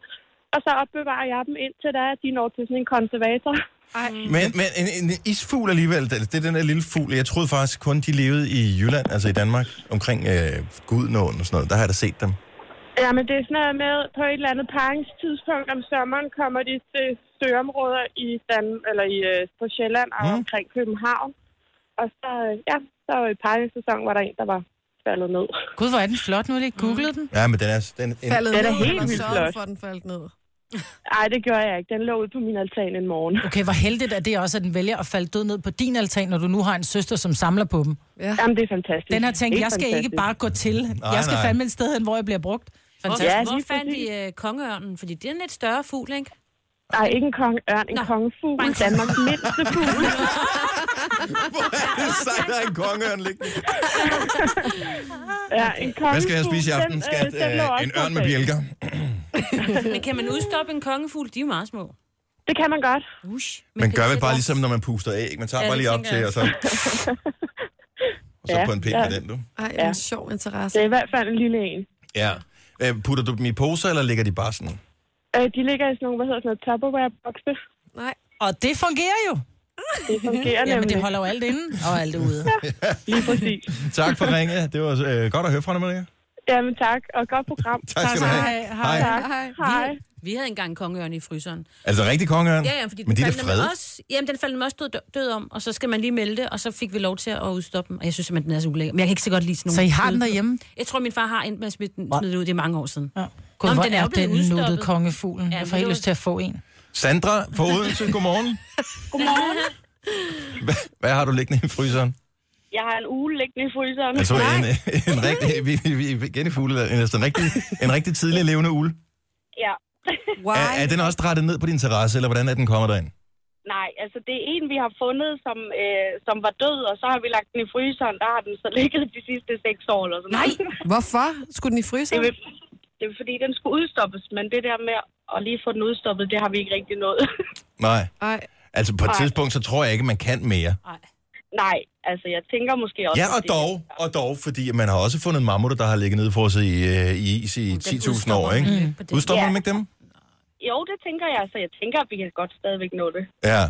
Speaker 10: og så opbevarer jeg dem indtil da, at de når til sådan en konservator.
Speaker 3: Ej,
Speaker 1: Men, men en, en isfugl alligevel, det det er den der lille fugl. Jeg troede faktisk kun, de levede i Jylland, altså i Danmark, omkring øh, Gudnåen og sådan noget. Der har jeg da set dem.
Speaker 10: Ja, men det er sådan noget med, på et eller andet paringstidspunkt om sommeren kommer de til søområder i Dan eller i, øh, på Sjælland og
Speaker 1: Mm.
Speaker 10: mm. omkring København. Og så, øh, ja, så i paringssæson var der en, der var faldet ned.
Speaker 2: Gud, hvor er den flot. Nu har jeg lige googlet den.
Speaker 1: Ja, men den er... Den, en, *laughs*
Speaker 3: faldet
Speaker 10: Den er
Speaker 3: ned,
Speaker 10: helt
Speaker 3: eller
Speaker 10: vildt
Speaker 3: sørget
Speaker 10: flot.
Speaker 3: for, at den faldt ned.
Speaker 10: Nej, det gjorde jeg ikke. Den lå ude på min altan en morgen.
Speaker 2: Okay, hvor heldigt er det også, at den vælger at falde død ned på din altan, når du nu har en søster, som samler på dem.
Speaker 3: Ja.
Speaker 10: Jamen, det er fantastisk.
Speaker 2: Den har tænkt,
Speaker 10: Det er
Speaker 2: jeg skal
Speaker 10: fantastisk.
Speaker 2: ikke bare gå til.
Speaker 1: Nej,
Speaker 2: Jeg skal
Speaker 1: nej.
Speaker 2: fandme et sted hen, hvor jeg bliver brugt.
Speaker 4: Hvor,
Speaker 2: Fantastisk.
Speaker 10: Ja,
Speaker 4: ja,
Speaker 10: lige
Speaker 4: hvor fandt
Speaker 10: præcis.
Speaker 4: I øh, kongeørnen? Fordi det er en lidt større fugl, ikke? *laughs*
Speaker 10: Nej, ikke en kongeørn, en
Speaker 4: Nå.
Speaker 10: kongefugl.
Speaker 4: Bare en kong-
Speaker 10: Danmarks mindste fugl.
Speaker 1: hvor er det sejt, der er en kongeørn liggende.
Speaker 10: Ja, en kongefugl.
Speaker 1: Hvad skal jeg spise i aften,
Speaker 10: Den, øh,
Speaker 1: skat?
Speaker 10: den lå
Speaker 1: Øh,
Speaker 10: også
Speaker 1: en ørn med
Speaker 10: på dagen.
Speaker 1: bjælker.
Speaker 4: Men kan man udstoppe en kongefugl? De er jo meget små.
Speaker 10: Det kan man godt.
Speaker 4: Ush. Men
Speaker 1: Man
Speaker 4: kan
Speaker 1: gør
Speaker 4: du
Speaker 1: vel
Speaker 4: sætte
Speaker 1: bare
Speaker 4: op?
Speaker 1: ligesom, når man puster æg. Man tager
Speaker 4: Ja,
Speaker 1: bare
Speaker 4: det
Speaker 1: lige op
Speaker 4: tænker
Speaker 1: til,
Speaker 4: jeg
Speaker 1: og så... Og så
Speaker 10: Ja,
Speaker 1: på en pind
Speaker 10: ja.
Speaker 1: med den, du.
Speaker 3: Ej, det er en
Speaker 10: Ja.
Speaker 3: sjov interesse.
Speaker 10: Det er i hvert fald en lille en.
Speaker 1: Ja. Øh, putter du dem i poser, eller ligger de bare sådan?
Speaker 10: Øh, de ligger i sådan nogle, hvad hedder sådan
Speaker 8: *laughs*
Speaker 10: noget, Tupperware-bokse.
Speaker 3: Nej,
Speaker 2: Og det fungerer jo.
Speaker 10: Det fungerer
Speaker 2: Jamen,
Speaker 10: nemlig.
Speaker 2: det holder jo alt inde og alt ude.
Speaker 10: Lige præcis.
Speaker 1: Tak for ringet. Det var øh, godt at høre fra dig, Maria.
Speaker 10: Jamen tak, og godt program.
Speaker 1: *laughs* Tak skal du have. Hej.
Speaker 10: Tak.
Speaker 3: Hej.
Speaker 10: Hej.
Speaker 4: Vi havde engang en kongeørn i fryseren.
Speaker 1: Altså rigtig kongeørn?
Speaker 4: Ja, ja, fordi
Speaker 1: Men de er da
Speaker 4: faldt nemlig
Speaker 1: fredet.
Speaker 4: også, jamen, den faldt nemlig også død, død om, og så skal man lige melde det, og så fik vi lov til at udstoppe den. Og jeg synes simpelthen, den er så ulækker. Men jeg kan ikke så godt lide sådan nogle.
Speaker 2: Så I har den derhjemme?
Speaker 4: Jeg tror, min far har endt med at smide den, smide det ud, det er mange år siden.
Speaker 2: Ja. Gud,
Speaker 4: Nå, men
Speaker 2: hvor
Speaker 4: den er
Speaker 2: er
Speaker 4: jo blevet
Speaker 2: den nuttede
Speaker 4: udstoppet.
Speaker 2: kongefuglen.
Speaker 4: Ja,
Speaker 2: Ja, jeg
Speaker 4: men
Speaker 2: får helt
Speaker 4: det var-
Speaker 2: lyst til at få en.
Speaker 1: Sandra fra Odense, godmorgen.
Speaker 10: Godmorgen.
Speaker 1: Hvad har du liggende i fryseren?
Speaker 10: Jeg har en uge liggende i fryseren.
Speaker 1: Altså en, *laughs* en rigtig, vi, vi, vi, igen i fugle, en, altså en, rigtig, en rigtig tidlig levende ule.
Speaker 10: Ja.
Speaker 1: Er, er, den også rettet ned på din terrasse, eller hvordan er den kommet derind?
Speaker 10: Nej, altså det er en, vi har fundet, som, øh, som var død, og så har vi lagt den i fryseren. Der har den så *laughs* ligget de sidste seks år eller sådan Nej!
Speaker 3: Hvorfor skulle den i
Speaker 10: Det
Speaker 3: fryseren?
Speaker 10: er, *laughs* det er fordi, den skulle udstoppes, men det der med at lige få den udstoppet, det har vi ikke rigtig nået. *laughs*
Speaker 1: Nej.
Speaker 3: Nej.
Speaker 1: Altså på et
Speaker 10: Nej.
Speaker 1: tidspunkt, så tror jeg ikke, man kan mere.
Speaker 10: Nej, altså jeg tænker måske også...
Speaker 1: Ja, og
Speaker 10: at det-
Speaker 1: dog, og dog, fordi man har også fundet mammutter, der har ligget nede for sig i, øh, i is i 10.000 år, ikke?
Speaker 4: Mm.
Speaker 1: Udstopper
Speaker 10: Ja.
Speaker 1: man ikke dem?
Speaker 10: Jo, det tænker jeg, så jeg tænker, at vi kan godt stadigvæk nå det.
Speaker 1: Ja.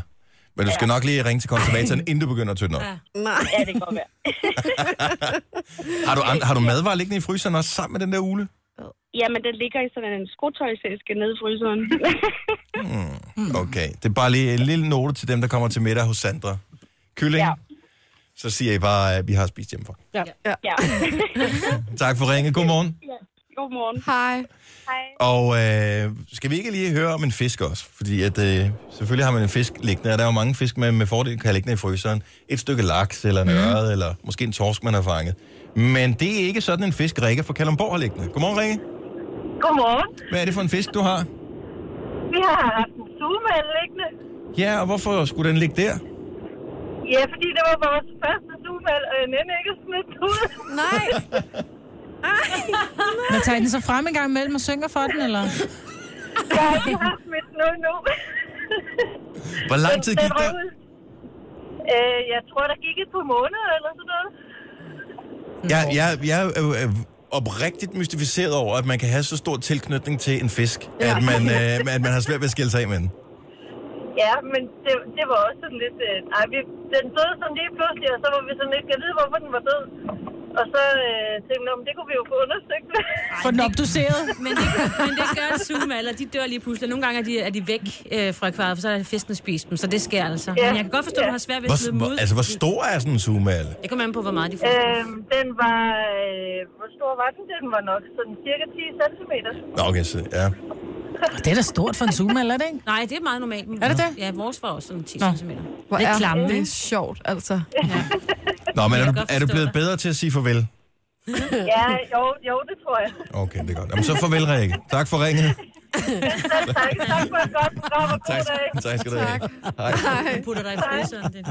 Speaker 1: Men du skal nok lige ringe til konservatoren, inden du begynder at tynde op.
Speaker 3: Nej.
Speaker 10: Ja, det kan godt være.
Speaker 1: Har du, an- har du madvarer liggende i fryseren også sammen med den der ule?
Speaker 10: Jamen, den ligger i sådan en skotøjsæske nede i fryseren. Mm.
Speaker 1: Okay, det er bare lige en lille note til dem, der kommer til middag hos Sandra. Kylling.
Speaker 10: Ja.
Speaker 1: Så siger I bare, at vi har spist hjemmefra.
Speaker 10: ja.
Speaker 1: Tak for ringet. Godmorgen.
Speaker 10: Godmorgen.
Speaker 3: Hej.
Speaker 1: Og øh, skal vi ikke lige høre om en fisk også? Fordi at, øh, selvfølgelig har man en fisk liggende, og der er jo mange fisk, man med fordel kan have liggende i fryseren. Et stykke laks, eller en ørred, eller måske en torsk, man har fanget. Men det er ikke sådan en fisk, Rikke fra Kalundborg har liggende. Godmorgen, Rikke.
Speaker 8: Godmorgen.
Speaker 1: Hvad er det for en fisk, du har?
Speaker 8: Vi har haft en sugemal liggende.
Speaker 1: Ja, og hvorfor skulle den ligge der?
Speaker 8: Ja, fordi det var vores første sugemal, og jeg nændte ikke at smide den ud.
Speaker 10: *laughs*
Speaker 3: Nej.
Speaker 2: Men tager I den så frem en gang imellem og synger for den, eller?
Speaker 8: Jeg har ikke haft smidt den ud nu.
Speaker 1: Hvor lang tid
Speaker 8: Den
Speaker 1: gik
Speaker 8: røg
Speaker 1: der?
Speaker 8: ud. Øh, jeg tror, der gik et par måneder eller sådan noget.
Speaker 1: Jeg, jeg, jeg er jo øh, oprigtigt mystificeret over, at man kan have så stor tilknytning til en fisk, ja. at, man, øh, at man har svært ved at skille sig af med den.
Speaker 8: Ja, men det, det var også sådan lidt... Øh, ej, vi, den døde sådan lige pludselig, og så var vi sådan lidt... Jeg ved, hvorfor den var død. Og så øh, tænkte jeg, "Nå, men det kunne vi jo få undersøgt. *laughs*
Speaker 2: Få den opdoseret.
Speaker 4: Men det, men det gør Zoom, eller de dør lige pludselig. Nogle gange er de, er de væk øh, fra akvariet, for så er fisken spist dem, så det sker altså. Men jeg kan godt forstå, at du har svært ved at
Speaker 1: Hvor,
Speaker 4: smide dem
Speaker 1: hvor,
Speaker 4: ud.
Speaker 1: altså, hvor stor er sådan en sugemal?
Speaker 4: Det kommer an på, hvor meget de får.
Speaker 8: øh,
Speaker 10: Øhm,
Speaker 8: den var... Øh, hvor stor var den? Den var nok sådan cirka 10 cm.
Speaker 1: Nå, okay, så, ja.
Speaker 2: Og det er da stort for en Zuma, eller er det ikke?
Speaker 4: Nej, det er meget normalt.
Speaker 2: Er det det?
Speaker 4: Ja, vores var også sådan 10
Speaker 2: Nå.
Speaker 4: cm.
Speaker 3: Hvor
Speaker 4: Lidt
Speaker 3: er
Speaker 4: klamme,
Speaker 3: det
Speaker 4: ikke?
Speaker 3: sjovt, altså.
Speaker 1: Nå, men
Speaker 4: Jeg
Speaker 1: er
Speaker 4: kan
Speaker 1: du,
Speaker 4: godt
Speaker 1: er du
Speaker 4: forstå
Speaker 1: blevet
Speaker 4: dig.
Speaker 1: bedre til at sige farvel?
Speaker 8: *laughs* Ja, jo, jo, det tror jeg.
Speaker 1: Okay, det er godt. Jamen, så farvel, Rikke. Tak for ringet.
Speaker 8: Tak, tak for et godt program, og god
Speaker 1: Tak,
Speaker 8: dag.
Speaker 1: tak skal du have. Hej.
Speaker 4: Du putter dig i fryseren. Det.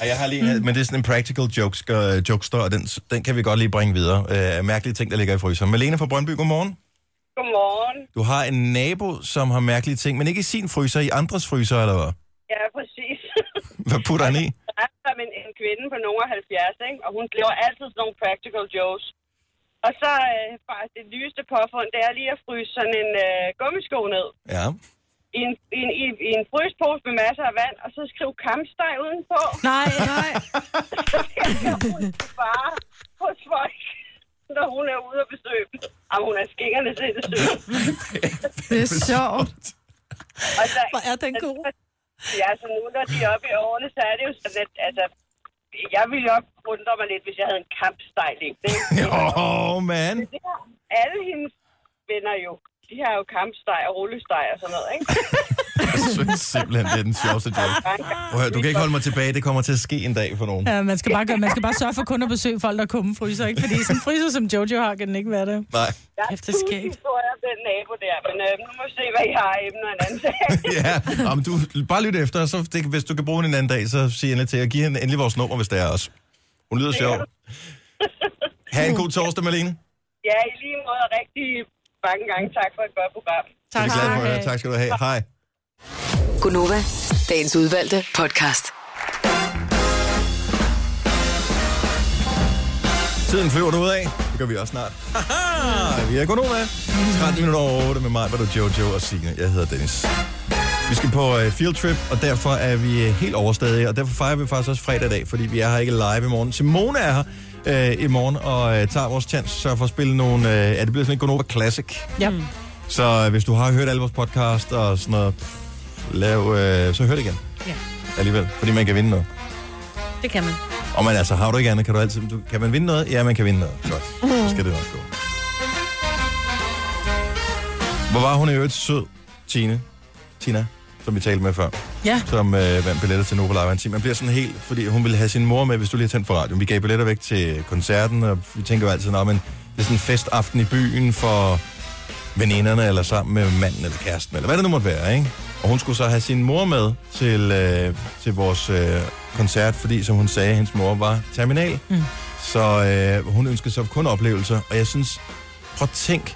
Speaker 1: Og jeg har lige, en- men det er sådan en practical jokes, øh, jokester, og den, den kan vi godt lige bringe videre. Øh, mærkelige ting, der ligger i fryseren. Malene fra Brøndby, godmorgen.
Speaker 8: Godmorgen.
Speaker 1: Du har en nabo, som har mærkelige ting, men ikke i sin fryser, i andres fryser, eller hvad?
Speaker 10: *laughs* Ja, præcis.
Speaker 1: Hvad putter han i?
Speaker 10: Der er som en, en kvinde på nogen af 70, ikke? og hun laver altid sådan nogle practical jokes. Og så øh, faktisk det nyeste påfund, det er lige at fryse sådan en øh, gummisko ned
Speaker 1: Ja.
Speaker 10: i en, i, en, i, i en fryspose med masser af vand, og så skrive kampsteg udenpå.
Speaker 2: Nej, nej.
Speaker 10: Bare hos folk, når hun er ude og besøge dem. Jamen, hun er skængerne til det søde.
Speaker 3: Det er sjovt.
Speaker 10: Og så,
Speaker 2: Hvor er den god.
Speaker 10: ja, så nu, når de er oppe i årene, så er det jo sådan, at altså, jeg ville jo også undre mig lidt, hvis jeg havde en kampsteg liggende. ikke?
Speaker 1: *laughs* Åh, oh, mand.
Speaker 10: det har alle hendes venner jo. De har jo kampsteg og rullesteg og sådan
Speaker 1: *laughs*
Speaker 10: noget, ikke?
Speaker 1: Jeg synes simpelthen, det er den sjoveste joke. Prøv at høre, du kan ikke holde mig tilbage. Det kommer til at ske en dag for nogen.
Speaker 2: Ja, man skal, bare gøre, man skal bare sørge for kun at besøge folk, der kommer fryser, ikke? Fordi sådan en fryser som Jojo har, kan den ikke være det.
Speaker 1: Nej. *laughs*
Speaker 2: Kæft, det er
Speaker 10: Tusind
Speaker 2: skægt.
Speaker 10: historier om den nabo der, men øh, nu må vi se, hvad I har af emner en anden dag.
Speaker 1: Ja, Nå, men du bare lyt efter, og så det, hvis du kan bruge den en anden dag, så sig endelig til at give hende endelig vores nummer, hvis det er os. Hun lyder sjov. Ha' en god torsdag, Malene.
Speaker 10: *laughs* ja, i lige måde og rigtig mange gange tak for et godt program.
Speaker 1: Tak, det er vi glade for at høre. Tak skal du have. Hej.
Speaker 5: Gunova, dagens udvalgte podcast.
Speaker 1: Tiden flyver du ud af. Det gør vi også snart. Haha, vi er gået med. 13 minutter over 8 med mig, hvor du Jojo og Signe. Jeg hedder Dennis. Vi skal på øh, field trip, og derfor er vi øh, helt overstadige, og derfor fejrer vi faktisk også fredag i dag, fordi vi er her ikke live i morgen. Simone er her øh, i morgen og øh, tager vores chance, sørger for at spille nogle... Øh, ja, det bliver sådan et Gonova Classic.
Speaker 2: Ja.
Speaker 4: Mm,
Speaker 1: Så øh, hvis du har hørt alle vores podcast og sådan noget, pff, lav, øh, så hør det igen.
Speaker 4: Ja.
Speaker 1: Alligevel, fordi man kan vinde noget.
Speaker 4: det kan man.
Speaker 1: Og man altså, har du ikke andet, kan du altid... Du, kan man vinde noget? Ja, man kan vinde noget. Godt. Så skal det nok gå. Hvor var hun i øvrigt sød, Tine? Tina, som vi talte med før.
Speaker 2: Ja.
Speaker 1: Som øh, vandt billetter til Nova Live Team. Man bliver sådan helt, fordi hun ville have sin mor med, hvis du lige har tændt for radioen. Vi gav billetter væk til koncerten, og vi tænker jo altid, "Nå, men det er sådan en festaften i byen for veninderne, eller sammen med manden eller kæresten, eller hvad det nu måtte være, ikke? Og hun skulle så have sin mor med til, øh, til vores øh, koncert, fordi, som hun sagde, hendes mor var terminal.
Speaker 2: Mm.
Speaker 1: Så øh, hun ønskede sig kun oplevelser, og jeg synes, prøv at tænk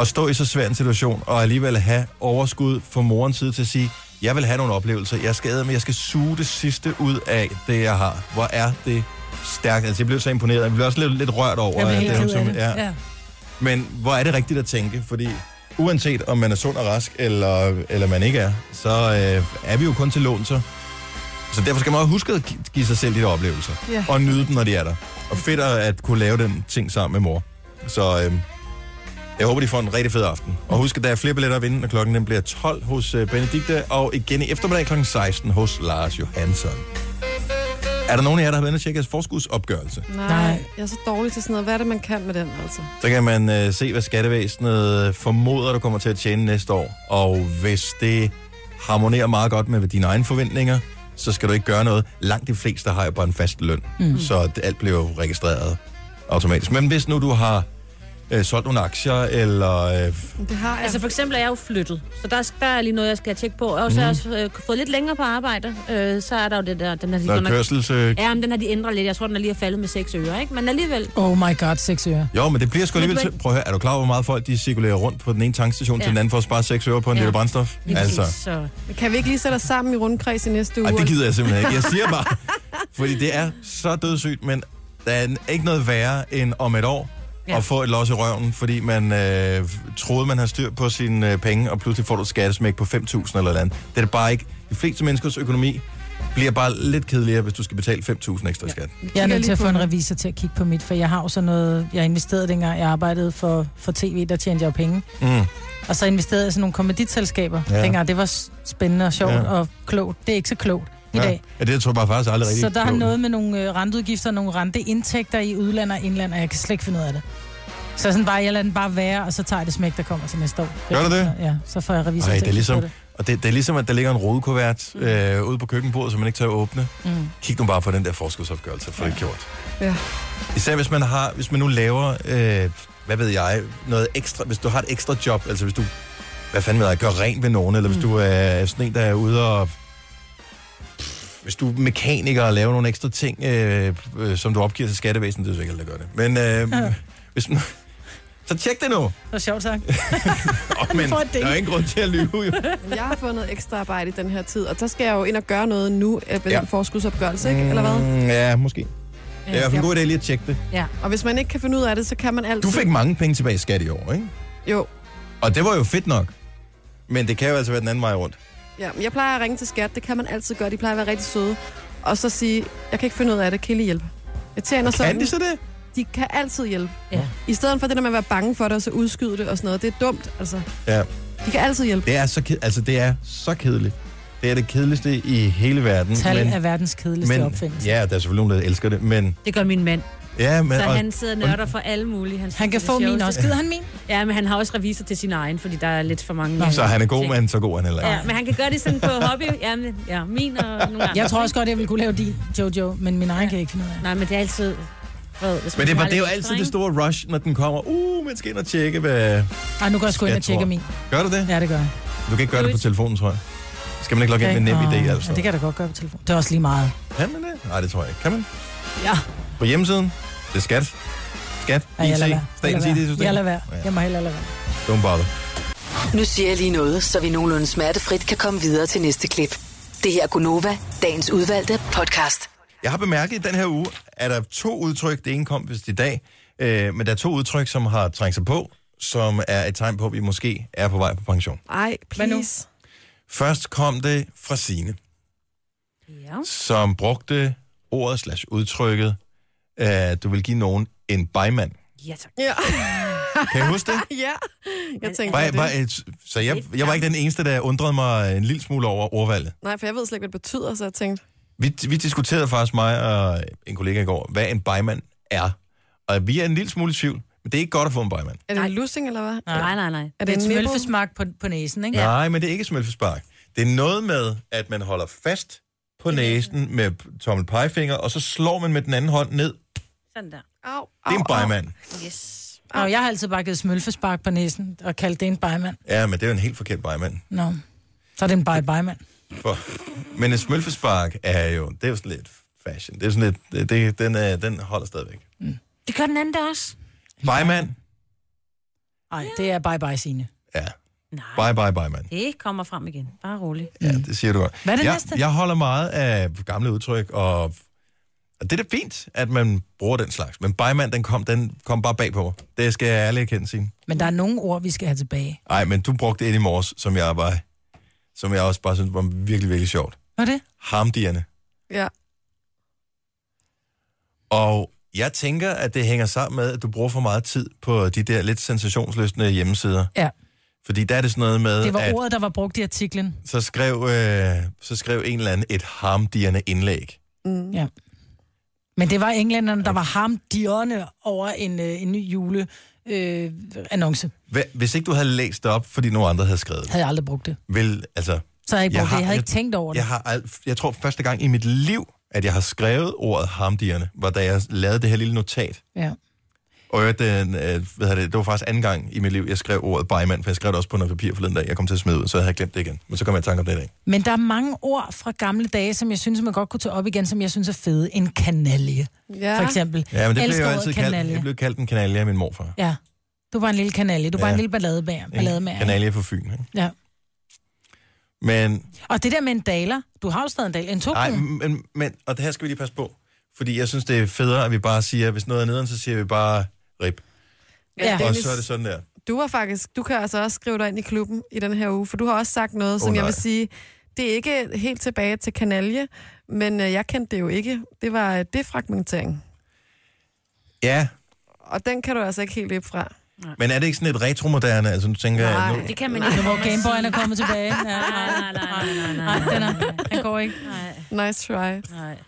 Speaker 1: at stå i så svær en situation, og alligevel have overskud fra morens side til at sige, jeg vil have nogle oplevelser, jeg skal æde, men jeg skal suge det sidste ud af det, jeg har. Hvor er det stærkt. Altså, jeg blev så imponeret, jeg blev også lidt, lidt rørt over,
Speaker 2: Jeg bliver
Speaker 1: at øh,
Speaker 2: helt
Speaker 1: hun
Speaker 2: ked af
Speaker 1: som-
Speaker 2: det.
Speaker 1: Ja.
Speaker 2: Ja.
Speaker 1: Men hvor er det rigtigt at tænke, fordi uanset om man er sund og rask, eller, eller man ikke er, så øh, er vi jo kun til lån, så. Så derfor skal man også huske at gi- give sig selv de der oplevelser,
Speaker 3: Ja.
Speaker 1: og nyde dem, når de er der. Og fedt at at kunne lave den ting sammen med mor. Så øh, jeg håber, de får en rigtig fed aften. Og husk, at der er flere billetter at vinde, når klokken den bliver 12 hos øh, Benedikte, og igen i eftermiddag kl. 16 hos Lars Johansson. Er der nogen af jer, der har været inde og tjekke jeres forskudsopgørelse?
Speaker 3: Nej,
Speaker 2: Nej.
Speaker 3: Nej, jeg er så dårlig til sådan noget. Hvad er det, man kan med den, altså?
Speaker 1: Så kan man øh, se, hvad skattevæsenet øh, formoder, du kommer til at tjene næste år. Og hvis det harmonerer meget godt med dine egne forventninger, så skal du ikke gøre noget. Langt de fleste har jo bare en fast løn, mm. så det- alt bliver jo registreret automatisk. Men hvis nu du har øh, solgt nogle aktier, eller øh,
Speaker 3: Det har jeg.
Speaker 4: Altså for eksempel er jeg jo flyttet, så der, der er lige noget, jeg skal tjekke på. Og så har jeg også øh, fået lidt længere på arbejde, øh, så er der jo det der, den er lige
Speaker 1: der
Speaker 4: godt
Speaker 1: er
Speaker 4: nok-
Speaker 1: kørsels... Øh,
Speaker 4: Ja, men den har de ændret lidt. Jeg tror, den er lige er faldet med seks øre, ikke? Men alligevel,
Speaker 2: Oh my god, seks øre.
Speaker 1: jo, men det bliver sgu
Speaker 4: Men
Speaker 1: alligevel
Speaker 4: du er
Speaker 1: til. Prøv at høre, er du klar over, hvor meget folk de cirkulerer rundt på den ene tankstation ja.
Speaker 4: Ja.
Speaker 1: til den anden for at spare 6 øre på en ja.
Speaker 4: Ja.
Speaker 1: liter brændstof?
Speaker 4: lige
Speaker 1: altså.
Speaker 4: præcis, så...
Speaker 3: Kan vi ikke lige sætte os sammen i rundkreds i næste uge?
Speaker 1: Ej, det gider jeg simpelthen ikke. Jeg siger bare, fordi det er så dødssygt, men der er n- ikke noget værre end om et år ja.
Speaker 4: Ja.
Speaker 1: at få et los i røven, fordi man øh, troede, man havde styr på sine øh, penge, og pludselig får du et skattesmæk på 5.000 eller et eller andet. Det er det bare ikke. De fleste menneskers økonomi bliver bare lidt kedeligere, hvis du skal betale 5.000 ekstra i skat.
Speaker 2: Jeg er
Speaker 3: kigger
Speaker 2: nødt til
Speaker 3: lige
Speaker 2: at få
Speaker 3: på
Speaker 2: en
Speaker 3: det.
Speaker 2: revisor til at kigge på mit, for jeg har jo sådan noget... Jeg investerede dengang, jeg arbejdede for, for tv, der tjente jeg jo penge.
Speaker 1: Mm.
Speaker 2: Og så investerede jeg i sådan nogle kommanditselskaber
Speaker 1: Ja.
Speaker 2: ja. dengang. Det var s- spændende og sjovt
Speaker 1: Ja.
Speaker 2: ja. og klogt. Det er ikke så klogt i
Speaker 1: Ja.
Speaker 2: dag.
Speaker 1: ja, det tror jeg bare faktisk aldrig rigtigt.
Speaker 2: Så der er
Speaker 1: klogt.
Speaker 2: noget med nogle øh, renteudgifter og nogle renteindtægter i udland og indland, og jeg kan slet ikke finde ud af det. Så sådan bare, jeg lader den bare være, og så tager jeg det smæk, der kommer til næste år.
Speaker 1: Gør du det?
Speaker 2: Så, Ja, så får jeg revisor
Speaker 1: Ej,
Speaker 2: til
Speaker 1: det er
Speaker 2: at
Speaker 1: ligesom,
Speaker 2: kigge
Speaker 1: og det, det er ligesom, at der ligger en
Speaker 2: Mm.
Speaker 1: rodekuvert øh, ude på køkkenbordet, som man ikke tør at åbne.
Speaker 2: på det. Mm.
Speaker 1: Kig nu bare på den der forskudsopgørelse, for ja. det er gjort.
Speaker 3: Ja.
Speaker 1: Især hvis man har, hvis man nu laver, øh, hvad ved jeg, noget ekstra, hvis du har et ekstra job, altså hvis du, hvad fanden ved jeg, gør rent ved nogen, eller mm. hvis du er sådan en, der er ude og, hvis du er mekaniker og laver nogle ekstra ting, øh, øh, som du opgiver til skattevæsenet, det er jo sikkert, der gør det. Men øh, ja. hvis man, så tjek det nu.
Speaker 2: Det var
Speaker 1: *laughs*
Speaker 2: sjovt sagt.
Speaker 1: Oh, men
Speaker 2: får et ding.
Speaker 1: der er jo ingen grund til at lyve, jo.
Speaker 3: Altså, Jeg har fået noget ekstra arbejde i den her tid, og så skal jeg jo ind og gøre noget nu øh, ved
Speaker 1: Ja.
Speaker 3: ja. den forskudsopgørelse, ikke? Eller hvad?
Speaker 1: Mm, ja, måske. Det er i hvert fald en
Speaker 3: ja.
Speaker 1: god idé lige at tjekke det.
Speaker 3: Og hvis man ikke kan finde ud af det, så kan man altid...
Speaker 1: Du fik mange penge tilbage i skat i år, ikke?
Speaker 3: Jo.
Speaker 1: Og det var jo fedt nok. Men det kan jo altså være den anden vej rundt.
Speaker 3: Ja, men jeg plejer at ringe til skat, det kan man altid gøre. De plejer at være rigtig søde. Og så sige, jeg kan ikke finde ud af det, kan I lige hjælpe? Jeg tjener
Speaker 1: Kan
Speaker 3: sådan,
Speaker 1: de så det?
Speaker 3: de kan altid hjælpe.
Speaker 4: Ja.
Speaker 3: I stedet for det der med at være bange for det, og så udskyde det og sådan noget. Det er dumt, altså.
Speaker 1: Ja.
Speaker 3: De kan altid hjælpe.
Speaker 1: Det er så, ked- altså, det er så kedeligt. Det er det kedeligste i hele verden.
Speaker 2: Tal er verdens kedeligste
Speaker 1: men,
Speaker 2: opfindelse.
Speaker 1: Ja, der er selvfølgelig nogen, der elsker det, men...
Speaker 4: Det gør min mand.
Speaker 1: Ja, men,
Speaker 4: Så
Speaker 1: og,
Speaker 4: han sidder og nørder for alle mulige. Han, synes,
Speaker 2: Han
Speaker 4: det
Speaker 2: kan
Speaker 4: er det
Speaker 2: få min
Speaker 4: sjoveste.
Speaker 2: også. Gider han min?
Speaker 4: Ja, men han har også revisor til sin egen, fordi der er lidt for mange.
Speaker 1: så han er god,
Speaker 4: ting.
Speaker 1: men så god er han heller ikke.
Speaker 4: Ja, men han kan gøre det sådan på hobby. Ja, men, ja min og nogle andre.
Speaker 2: Jeg tror også godt, jeg ville kunne lave din, Jojo, men min egen ja. kan jeg ikke finde ud af.
Speaker 4: Nej, men det er altid... Ved, hvis
Speaker 1: Men
Speaker 4: man
Speaker 1: det, var,
Speaker 4: har
Speaker 1: det er jo
Speaker 4: lidt
Speaker 1: altid
Speaker 4: ekstra,
Speaker 1: det
Speaker 4: ikke?
Speaker 1: store rush, når den kommer. Uh, man skal ind og tjekke, hvad...
Speaker 2: Ej, nu går jeg sgu ind
Speaker 1: Jeg
Speaker 2: og tjekker
Speaker 1: tror-
Speaker 2: min.
Speaker 1: Gør du det?
Speaker 2: Ja, det gør jeg.
Speaker 1: Du kan ikke gøre det på telefonen, tror jeg. Skal man ikke logge ind med nem
Speaker 2: Åh,
Speaker 1: idé,
Speaker 2: ja,
Speaker 1: altså?
Speaker 2: Det kan jeg da godt gøre på telefon. Det er også lige meget.
Speaker 1: Kan man det? Nej, det tror jeg ikke. Kan man?
Speaker 2: Ja.
Speaker 1: På hjemmesiden? Det er skat. Skat.
Speaker 2: Ej, jeg lader
Speaker 1: IT.
Speaker 2: være.
Speaker 1: Statens
Speaker 2: Jeg lader være. Jeg
Speaker 1: IT-system.
Speaker 2: lader være.
Speaker 1: Ja.
Speaker 2: Jeg må hellere lade være.
Speaker 1: Don't bother.
Speaker 5: Nu siger jeg lige noget, så vi nogenlunde smertefrit kan komme videre til næste klip. Det her er Gunova, dagens udvalgte podcast.
Speaker 1: Jeg har bemærket i den her uge, at der er to udtryk, det ene kom vist i dag, øh, men der er to udtryk, som har trængt sig på, som er et tegn på, at vi måske er på vej på pension.
Speaker 3: Ej,
Speaker 2: Hvad nu?
Speaker 3: please.
Speaker 1: Først kom det fra Sine,
Speaker 4: Ja.
Speaker 1: som brugte ordet slash udtrykket, at du vil give nogen en bejmand.
Speaker 4: ja, tak.
Speaker 3: Ja.
Speaker 1: Kan I huske det?
Speaker 3: *laughs* ja, jeg tænkte
Speaker 1: Var,
Speaker 3: på det.
Speaker 1: var, et- så jeg, jeg var ikke den eneste, der undrede mig en lille smule over ordvalget.
Speaker 3: Nej, for jeg ved slet ikke, hvad det betyder, så jeg tænkte,
Speaker 1: Vi, vi diskuterede faktisk mig og en kollega i går, hvad en bejmand er. Og vi er en lille smule i tvivl. Men det er ikke godt at få en bajmand.
Speaker 3: Er det en lussing, eller hvad?
Speaker 4: Nej, nej, nej.
Speaker 3: Er
Speaker 2: Er
Speaker 3: det
Speaker 2: det,
Speaker 3: en
Speaker 2: et
Speaker 3: nipple?
Speaker 2: smølfesmark på, på næsen, ikke?
Speaker 1: Ja. Nej, men det er ikke smølfespark. Det er noget med, at man holder fast på næsen med tommel pegefinger, og så slår man med den anden hånd ned. Det
Speaker 4: Sådan der.
Speaker 3: Au,
Speaker 1: er en bajmand.
Speaker 4: Yes.
Speaker 2: Nå, jeg har altid bare givet smølfespark på næsen og kaldt det en bajmand.
Speaker 1: Ja, men det er jo en helt forkert bajmand.
Speaker 2: Nå. Så er det en bye-bye-mand.
Speaker 1: For. Men en smølfespark er jo, det er jo sådan lidt fashion. Det er sådan lidt, det, det, den, er, den holder stadigvæk.
Speaker 4: Det gør den anden der også.
Speaker 1: Bajmand?
Speaker 2: Nej, det er bye-bye, Signe.
Speaker 1: Ja.
Speaker 4: Nej.
Speaker 1: Bye, bye, bye, mand.
Speaker 4: Det kommer frem igen. Bare rolig.
Speaker 1: Ja, det siger du godt.
Speaker 2: Mm. Hvad er det
Speaker 1: jeg,
Speaker 2: næste?
Speaker 1: Jeg holder meget af gamle udtryk, og, og det er da fint, at man bruger den slags. Men bajmand, den kom, den kom bare bag på mig. Det skal jeg ærligt erkende, Signe.
Speaker 2: Men der er nogle ord, vi skal have tilbage.
Speaker 1: Nej, men du brugte et i morges, som jeg var, som jeg også bare synes var virkelig, virkelig sjovt.
Speaker 2: Hvad er det?
Speaker 1: Hamdierne.
Speaker 3: Ja.
Speaker 1: Og jeg tænker, at det hænger sammen med, at du bruger for meget tid på de der lidt sensationsløsne hjemmesider.
Speaker 2: Ja.
Speaker 1: Fordi der er det sådan noget med,
Speaker 2: Det var
Speaker 1: at
Speaker 2: ordet, der var brugt i artiklen.
Speaker 1: så skrev, øh, så skrev en eller anden et harmdierne indlæg.
Speaker 3: Mm.
Speaker 2: Ja. Men det var englænderne, der var ham dierne over en, øh, en ny jule øh, annonce.
Speaker 1: Hva- Hvis ikke du havde læst det op, fordi nogen andre havde skrevet det,
Speaker 2: Havde jeg aldrig brugt det.
Speaker 1: vil, altså,
Speaker 2: Så havde jeg ikke
Speaker 1: Jeg
Speaker 2: brugt jeg det.
Speaker 1: har-
Speaker 2: Jeg havde
Speaker 1: jeg-
Speaker 2: ikke tænkt over det.
Speaker 1: jeg, har alt, jeg tror første gang i mit liv, at jeg har skrevet ordet harmdierne, var da jeg lavede det her lille notat.
Speaker 2: Ja.
Speaker 1: Og jeg, den, øh, hvad hedder det, det var faktisk anden gang i mit liv, jeg skrev ordet bajmand, for jeg skrev det også på noget papir forleden dag. Jeg kom til at smide ud, så havde jeg glemt det igen. Men så kom jeg i tanke om det i dag.
Speaker 2: Men der er mange ord fra gamle dage, som jeg synes, man godt kunne tage op igen, som jeg synes er fede. En kanalje,
Speaker 3: Ja.
Speaker 2: for eksempel.
Speaker 1: Ja, men det blev
Speaker 2: Elsker
Speaker 1: jeg jo
Speaker 2: ordet
Speaker 1: altid kaldt.
Speaker 2: kanalje.
Speaker 1: Jeg blev kaldt en kanalje af min morfar.
Speaker 2: Ja. Du var en lille kanalje. Du var
Speaker 1: Ja.
Speaker 2: en lille balladebær.
Speaker 1: En
Speaker 2: ballademager.
Speaker 1: kanalje på Fyn, ikke?
Speaker 2: Ja.
Speaker 1: Men,
Speaker 2: Og det der med en daler. Du har jo stadig en daler. En
Speaker 1: ej,
Speaker 2: token.
Speaker 1: men, men, og det her skal vi lige passe på. Fordi jeg synes, det er federe, at vi bare siger, hvis noget er nederen, så siger vi bare rip.
Speaker 2: Ja.
Speaker 1: Og
Speaker 3: Dennis,
Speaker 1: så er det sådan der.
Speaker 3: du var faktisk, du kan altså også skrive dig ind i klubben i den her uge, for du har også sagt noget, oh, som
Speaker 1: Åh,
Speaker 3: nej. jeg
Speaker 1: nej.
Speaker 3: vil sige, det er ikke helt tilbage til kanalje, men øh, jeg kendte det jo ikke. Det var øh, defragmentering,
Speaker 1: Ja,
Speaker 3: og den kan du altså ikke helt løbe fra.
Speaker 1: men er det ikke sådan lidt retromoderne? Altså, nu tænker jeg,
Speaker 3: Nej.
Speaker 1: nu,
Speaker 4: Det kan man ikke.
Speaker 2: Nu hvor Gameboyen er kommet tilbage. Ja, nej,
Speaker 4: Nej, nej, nej, nej, nej,
Speaker 2: nej. Den, er, den går ikke.
Speaker 4: nej,
Speaker 3: Nice try.
Speaker 4: nej.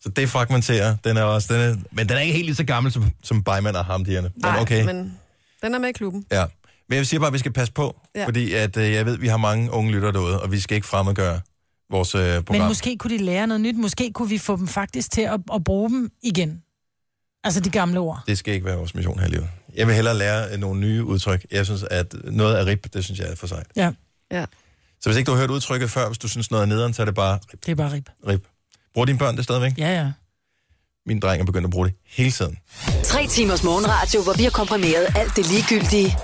Speaker 1: så det fragmenterer. Den er også, den er, men den er ikke helt lige så gammel som, som Bejman og Hamdierne. Men
Speaker 3: Ej,
Speaker 1: okay.
Speaker 3: men den er med i klubben.
Speaker 1: Ja. Men jeg siger bare, at vi skal passe på, ja.
Speaker 3: Ja.
Speaker 1: fordi at, øh, jeg ved, at vi har mange unge lyttere derude, og vi skal ikke fremmedgøre vores øh, program.
Speaker 2: Men måske kunne de lære noget nyt. Måske kunne vi få dem faktisk til at, at bruge dem igen. Altså de gamle ord.
Speaker 1: Det skal ikke være vores mission her i livet. Jeg vil hellere lære øh, nogle nye udtryk. Jeg synes, at noget er rip, det synes jeg er for sejt.
Speaker 2: Ja,
Speaker 3: Ja.
Speaker 1: Så hvis ikke du har hørt udtrykket før, hvis du synes noget er nederen, så er det bare rip,
Speaker 2: det er bare rib.
Speaker 1: rip. Bruger dine børn det stadigvæk?
Speaker 2: Ja, ja.
Speaker 1: Min dreng er begyndt at bruge det hele tiden.
Speaker 5: Tre timers morgenradio, hvor vi har komprimeret alt det ligegyldige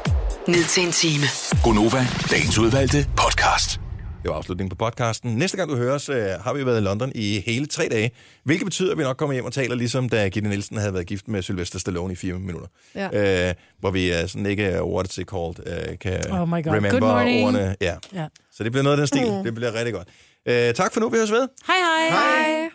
Speaker 5: ned til en time.
Speaker 6: Gonova, dagens udvalgte podcast.
Speaker 1: Det var afslutningen på podcasten. Næste gang du hører os, øh, har vi været i London i hele tre dage, hvilket betyder, at vi nok kommer hjem og taler, ligesom da Gitte Nielsen havde været gift med Sylvester Stallone i fire minutter. Ja. Øh, hvor vi øh, sådan ikke, øh, what is it called, øh, kan
Speaker 2: Oh my God. Good
Speaker 1: remember
Speaker 2: morning.
Speaker 1: ordene. Ja.
Speaker 2: ja.
Speaker 1: Så det bliver noget af den stil. Mm. Det bliver rigtig godt. Øh, tak for nu, vi høres ved.
Speaker 2: Hej hej.
Speaker 3: Hej.